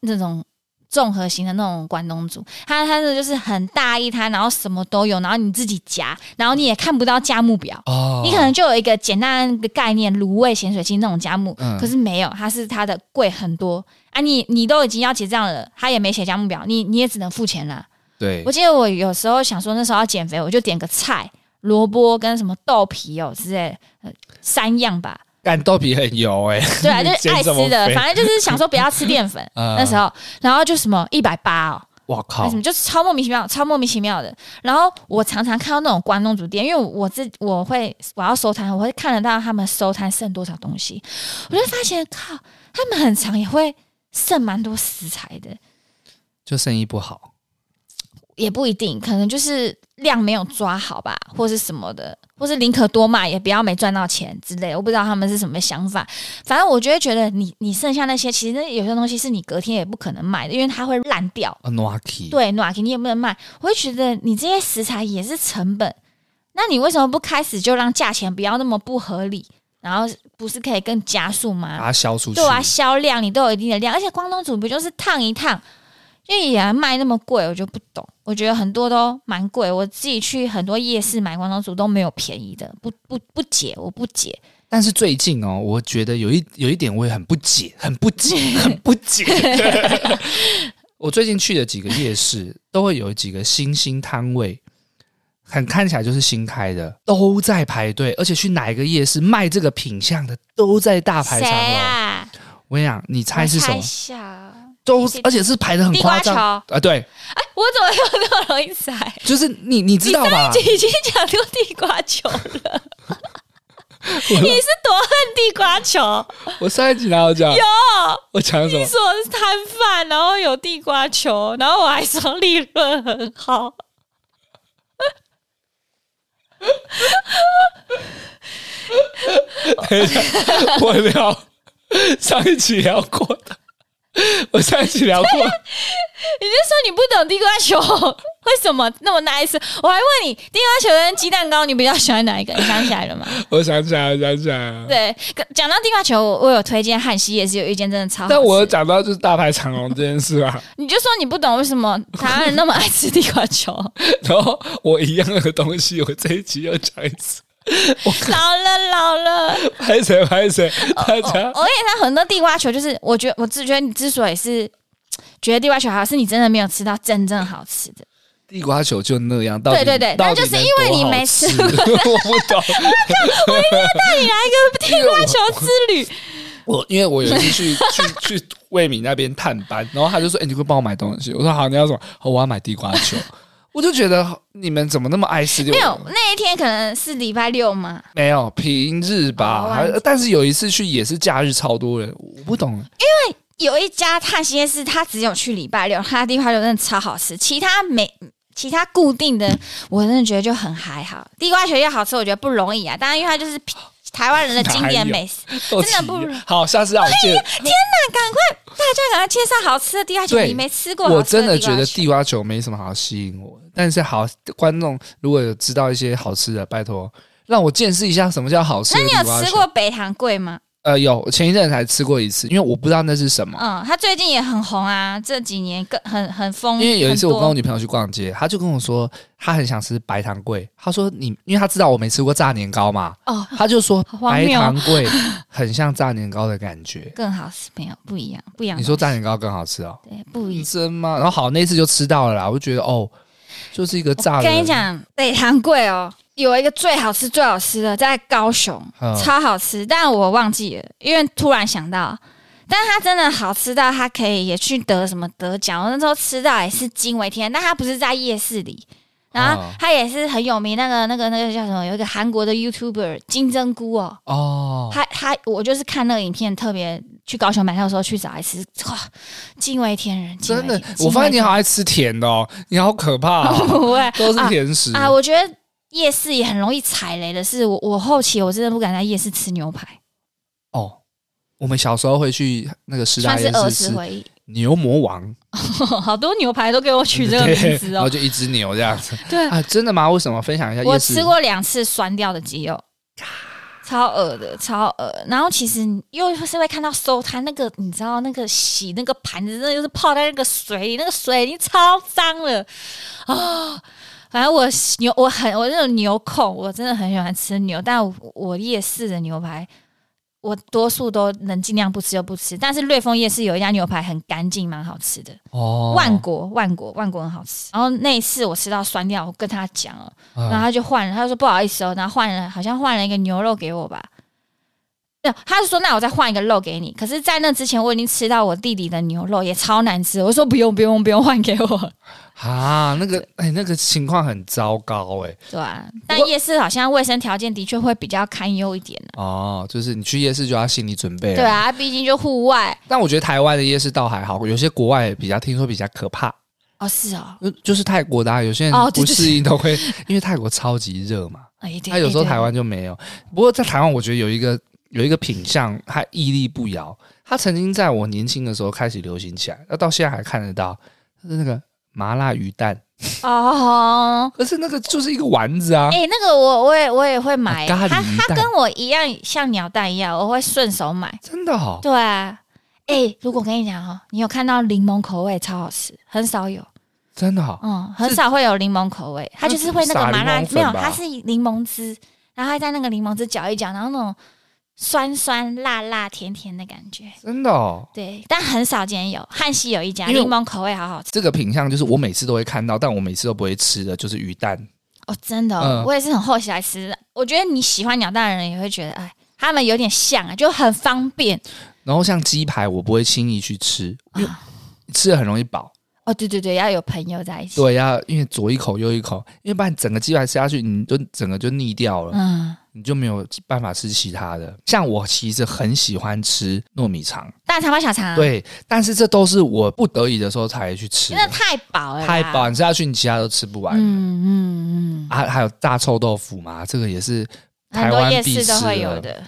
A: 那种。综合型的那种关东煮，它它的就是很大一摊，然后什么都有，然后你自己夹，然后你也看不到价目表，
B: 哦，
A: 你可能就有一个简单的概念，卤味、咸水鸡那种加目，
B: 嗯
A: 可是没有，它是它的贵很多啊你！你都已经要结账了，他也没写加目表，你你也只能付钱啦。
B: 对
A: 我记得我有时候想说那时候要减肥，我就点个菜，萝卜跟什么豆皮哦之类的，呃三样 吧。
B: 干豆皮很油哎、
A: 对啊，
B: 你
A: 就是
B: 减
A: 爱
B: 什么
A: 吃的
B: 肥，
A: 反正就是想说不要吃淀 粉。
B: 呃
A: 那时候，然后就什么一百八哦，
B: 我
A: 为
B: 靠
A: 什么，就是超莫名其妙，超莫名其妙的。然后我常常看到那种关东煮店，因为我自我会我要收摊，我会看得到他们收摊剩多少东西，我就发现靠，他们很常也会剩蛮多食材的，
B: 就生意不好。
A: 也不一定，可能就是量没有抓好吧，或是什么的，或是宁可多卖也不要没赚到钱之类的。我不知道他们是什么想法，反正我就会觉得你你剩下那些，其实那有些东西是你隔天也不可能卖的，因为它会烂掉。
B: 啊 n o k i，
A: 对，暖给你也不能卖，我会觉得你这些食材也是成本，那你为什么不开始就让价钱不要那么不合理，然后不是可以更加速吗？
B: 把它消出去。
A: 对啊，销量你都有一定的量，而且关东煮不就是烫一烫，因为也卖那么贵，我就不懂。我觉得很多都蛮贵，我自己去很多夜市买关东煮都没有便宜的，不不不解，我不解。
B: 但是最近哦，我觉得有一有一点我也很不解，很不 解，很不解。我最近去的几个夜市，都会有几个新兴摊位，很看起来就是新开的，都在排队，而且去哪一个夜市卖这个品相的，都在大排长
A: 谁
B: 龙。
A: 啊？
B: 我跟你讲，你猜是
A: 我
B: 什
A: 猜
B: 么
A: 一？下。
B: 都而且是排的很
A: 地
B: 夸
A: 瓜
B: 张
A: 球
B: 啊、对，
A: 哎，我怎么有那么容易猜？
B: 就是你你知道吧？
A: 已经讲过地瓜球了， 你是多恨地瓜球？
B: 我上一集哪有讲？有我讲什么
C: 你？说我是摊贩，然后有地瓜球，然后我还说利润很好，
B: 我聊上一集聊过的，我上一集聊过，
C: 你就说你不懂地瓜球，我
D: 为什么那么 nice？我还问你，地瓜球跟鸡蛋糕，你比较喜欢哪一个？你想起来 了吗？
B: 我想起来，我想起来了。
A: 对，可讲到地瓜球，我我有推荐汉西，也是有一间真的超好吃。
B: 但我有讲到就是大排长龙这件事啊，
A: 你就说你不懂为什么台湾人那么爱吃地瓜 球，
B: 然后我一样的东西，我这一集又讲一次，
A: 老了老了。
B: 拍谁拍谁，大
A: 我
B: 家
A: 我跟你讲，很多地瓜球就是，我觉得我自觉得你之所以是觉得地瓜球好，是你真的没有吃到真正好吃的。
B: 地瓜球就那样，到底
A: 对对对
B: 到底
A: 那就是
B: 能
A: 因为
B: 多
A: 你
B: 好
A: 没
B: 吃
A: 吃
B: 我不懂，
D: 你来一个地瓜球之旅，
B: 我因为我有一次去 去去魏敏那边探班，然后他就说：“哎、你会帮我买东西？”我说：“好，你要什么？”哦我要买地瓜球。我就觉得你们怎么那么爱吃地
A: 没
B: 瓜？
A: 有，那一天可能是礼拜六嘛，
B: 没有平日吧、
A: 哦
B: 还但是有一次去也是假日，超多人，我
A: 嗯
B: 不 懂。
A: 有一家探鲜是它只有去礼拜六，它的地瓜球真的超好吃，其他没。其他固定的，我真的觉得就很还好。地瓜球要好吃，我觉得不容易啊。当然，因为它就是台湾人的经典美食。
B: 都
A: 真的
B: 急
A: 不如
B: 好，下次让我见。
A: 大家赶快介绍好吃的地瓜球，
B: 对
A: 你没吃过
B: 我
A: 好吃
B: 真
A: 的
B: 的
A: 地瓜
B: 觉得
A: 球，
B: 地瓜球没什么好吸引我，但是好观众如果有知道一些好吃的，拜托让我见识一下什么叫好吃
A: 那
B: 的
A: 你
B: 地瓜
A: 有
B: 球。
A: 吃过北糖桂吗？
B: 呃，有前一阵才吃过一次，因为我不知道那是什么。
A: 嗯，他最近也很红啊，这几年更很很疯。
B: 因为有一次我跟我
A: 你
B: 女朋友去逛街，她就跟我说她很想吃白糖桂，她说你，因为她知道我没吃过炸年糕嘛，
A: 哦
B: 她就说
A: 好荒
B: 白
A: 谬
B: 糖桂很像炸年糕的感觉。
A: 更好吃没有不一样，不一样。
B: 你说炸年糕更好吃哦？
A: 对不一样。
B: 真吗？然后好，那次就吃到了啦，我就觉得哦，就是一个炸
A: 我哦
B: 的。
A: 跟你，讲，北糖贵哦，有一个最好吃最好吃的在高雄，
B: 嗯
A: 超好吃，但我忘记了，因为突然想到。但它真的好吃到它可以也去得什么得奖，我那时候吃到也是惊为天人。但它不是在夜市里，然后
B: 哦
A: 它也是很有名，那个那个那个叫什么？有一个韩国的 YouTuber 金针菇哦，
B: 哦，
A: 他他我就是看那个影片，特别去高雄买票的时候去找来吃，哇，惊为天人！惊为
B: 真的
A: 天，
B: 我发现你好
A: 惊
B: 爱吃甜的哦，你好可怕、
A: 为天人
B: 哦，
A: 不会
B: 都 是甜食
A: 啊！我觉得夜市也很容易踩雷的是，我我后期我真的不敢在夜市吃牛排，
B: 哦。我们小时候会去那个师大
A: 算是
B: 啊夜
A: 儿
B: 市
A: 时
B: 吃
A: 回忆。
B: 牛魔王，
D: 好多牛排都给我取这个名字
B: 然后
D: 哦。
B: 就一只牛这样 子。
D: 对，
B: 啊，真的吗？为什么分享一下？
A: 我
B: 夜市
A: 吃过两次酸掉的鸡肉，超恶的，超恶。然后其实你又是会看到收摊那个，你知道那个洗那个盘子，真的就是泡在那个水里，那个水已经超脏了啊、反正我牛，我很我那种牛控，我真的很喜欢吃牛，但我我夜市的牛排。我多数都能尽量不吃就不吃，但是瑞丰夜市有一家牛排很干净，蛮好吃的。
B: 哦
A: 万国，万国，万国很好吃。然后那一次我吃到酸掉，我跟他讲哦了，
B: 嗯
A: 然后他就换了，他就说不好意思哦，然后换了，好像换了一个牛肉给我吧。对，他就说那我再换一个肉给你。可是，在那之前我已经吃到我弟弟的牛肉，也超难吃。我说不用不用不用换给 我，
B: 啊，那个哎、那个情况很糟糕哎、
A: 对啊。但夜市好像卫生条件的确会比较堪忧一点、啊、
B: 哦，就是你去夜市就要心理准备了。
A: 对。啊，毕竟就户外
B: 但我觉得台湾的夜市倒还好，有些国外比较听说比较可怕，
A: 哦，是哦，
B: 就就是泰国的、啊，有些人
A: 哦对
B: 不
A: 对
B: 适应都会，因为泰国超级热嘛，
A: 哎对，
B: 他有时候
A: 哎对
B: 台湾就没有。不过在台湾，我觉得有一个有一个品相，它屹立不摇。它曾经在我年轻的时候开始流行起来，那到现在还看得到，就是那个麻辣鱼蛋，
A: 哦，
B: 可是那个就是一个丸子啊。
A: 哎、那个我我也我也会买，
B: 啊咖喱
A: 他
B: 鱼
A: 他
B: 蛋
A: 跟我一样像鸟蛋一样，我会顺手买。
B: 真的哦，
A: 对啊，哎、如果跟你讲哦，你有看到柠檬口味超好吃，很少有，
B: 真的哦，
A: 嗯，很少会有柠檬口味，它就是会那个麻辣
B: 那是，
A: 没有
B: 撒柠檬粉，吧
A: 它是柠檬汁，然后它在那个柠檬汁搅一搅，然后那种酸酸辣辣甜甜的感觉，
B: 真的哦。
A: 对，但很少见有。汉西有一家
B: 因为
A: 柠檬口味好好吃
B: 这个品相就是我每次都会看到，但我每次都不会吃的，就是鱼蛋。
A: 哦，真的、哦，
B: 嗯
A: 我也是很后期来吃，我觉得你喜欢鸟蛋的人也会觉得，哎，他们有点像啊，就很方便。
B: 然后像鸡排，我不会轻易去吃，
A: 啊
B: 因为吃的很容易饱。
A: 哦，对对对，要有朋友在一起。
B: 对呀、因为左一口右一口，因为不然整个鸡排吃下去，你就整个就腻掉了，
A: 嗯，
B: 你就没有办法吃其他的。像我其实很喜欢吃糯米肠，
A: 大肠包小肠，，
B: 对，但是这都是我不得已的时候才去吃
A: 因
B: 的
A: 为，太饱了啦，
B: 太饱，你吃下去你其他都吃不完。
A: 嗯嗯嗯，
B: 啊，还有大臭豆腐嘛，这个也是
A: 很
B: 台
A: 多
B: 湾
A: 夜
B: 必
A: 市都
B: 吃
A: 会
B: 的
A: 有的。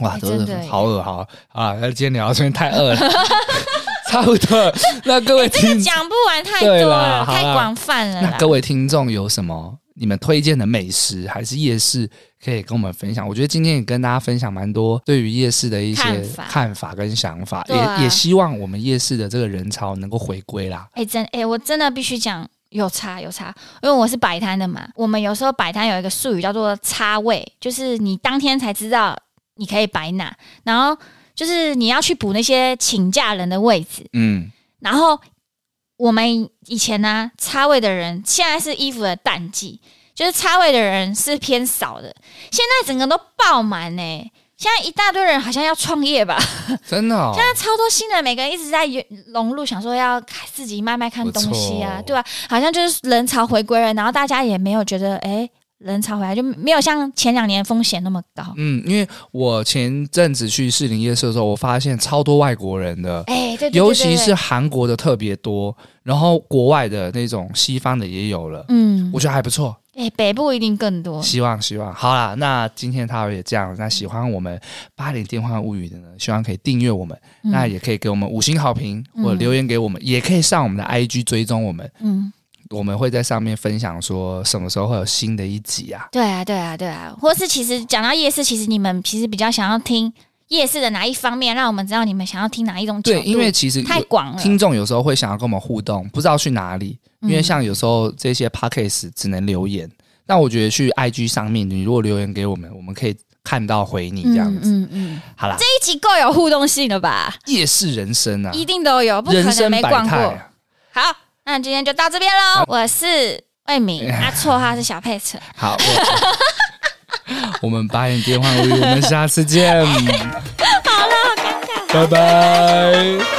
B: 哇，
A: 哎
B: 真
A: 真的
B: 的
A: 耶
B: 好饿，好饿啊！那今天聊到这边太饿了， 差不多了。那各
A: 哎
B: 位听，
A: 讲不完太多
B: 对啦
A: 了，
B: 好啦
A: 太广泛了
B: 那
A: 啦。
B: 各位听众有什么你们推荐的美食还是夜市，可以跟我们分享？我觉得今天也跟大家分享蛮多对于夜市的一些
A: 看法
B: 看法跟想法，
A: 对啊
B: 也也希望我们夜市的这个人潮能够回归啦。
A: 哎、真哎、我真的必须讲有差有差，因为我是摆摊的嘛。我们有时候摆摊有一个术语叫做“差位”，就是你当天才知道你可以摆哪，然后就是你要去补那些请假人的位置。
B: 嗯，
A: 然后我们以前呢、插位的人现在是衣服的淡季，就是插位的人是偏少的。现在整个都爆满呢、现在一大堆人好像要创业吧，
B: 真的、哦
A: 现，在超多新人，每个人一直在融入，想说要开自己卖卖看东西啊
B: 不错，
A: 对吧、好像就是人潮回归了，然后大家也没有觉得哎、人潮回来就没有像前两年风险那么高，
B: 嗯，因为我前阵子去士林夜市的时候，我发现超多外国人的，
A: 哎、对对对对
B: 尤其是韩国的特别多，然后国外的那种西方的也有了，
A: 嗯，
B: 我觉得还不错。
A: 哎、北部一定更多，
B: 希望希望好啦，那今天他也这样。那喜欢我们八零电话物语的呢，希望可以订阅我们，
A: 嗯
B: 那也可以给我们五星好评
A: 嗯
B: 或者留言给我们，也可以上我们的 IG 追踪我们，
A: 嗯。
B: 我们会在上面分享说什么时候会有新的一集啊。
A: 对啊，对啊，对啊，或是其实讲到夜市，其实你们其实比较想要听夜市的哪一方面，让我们知道你们想要听哪一种角
B: 对，
A: 度。
B: 因为其实
A: 太嗯
B: 有
A: 广了，
B: 听众有时候会想要跟我们互动，不知道去哪里，因为像有时候这些 podcast 只能留言，但我觉得去 IG 上面，你如果留言给我们，我们可以看到回你这样子。
A: 嗯嗯嗯，
B: 好啦，
A: 这一集够有互动性了吧？
B: 夜市人生啊，
A: 一定都有，不可
B: 人
A: 能
B: 生
A: 没
B: 百
A: 逛
B: 态
A: 过
B: 啊。。
A: 好，那今天就到这边喽。我是魏敏，他绰号是小佩岑。
B: 好，我我们八点电话物语，我们下次见。好了，好尴尬，拜拜。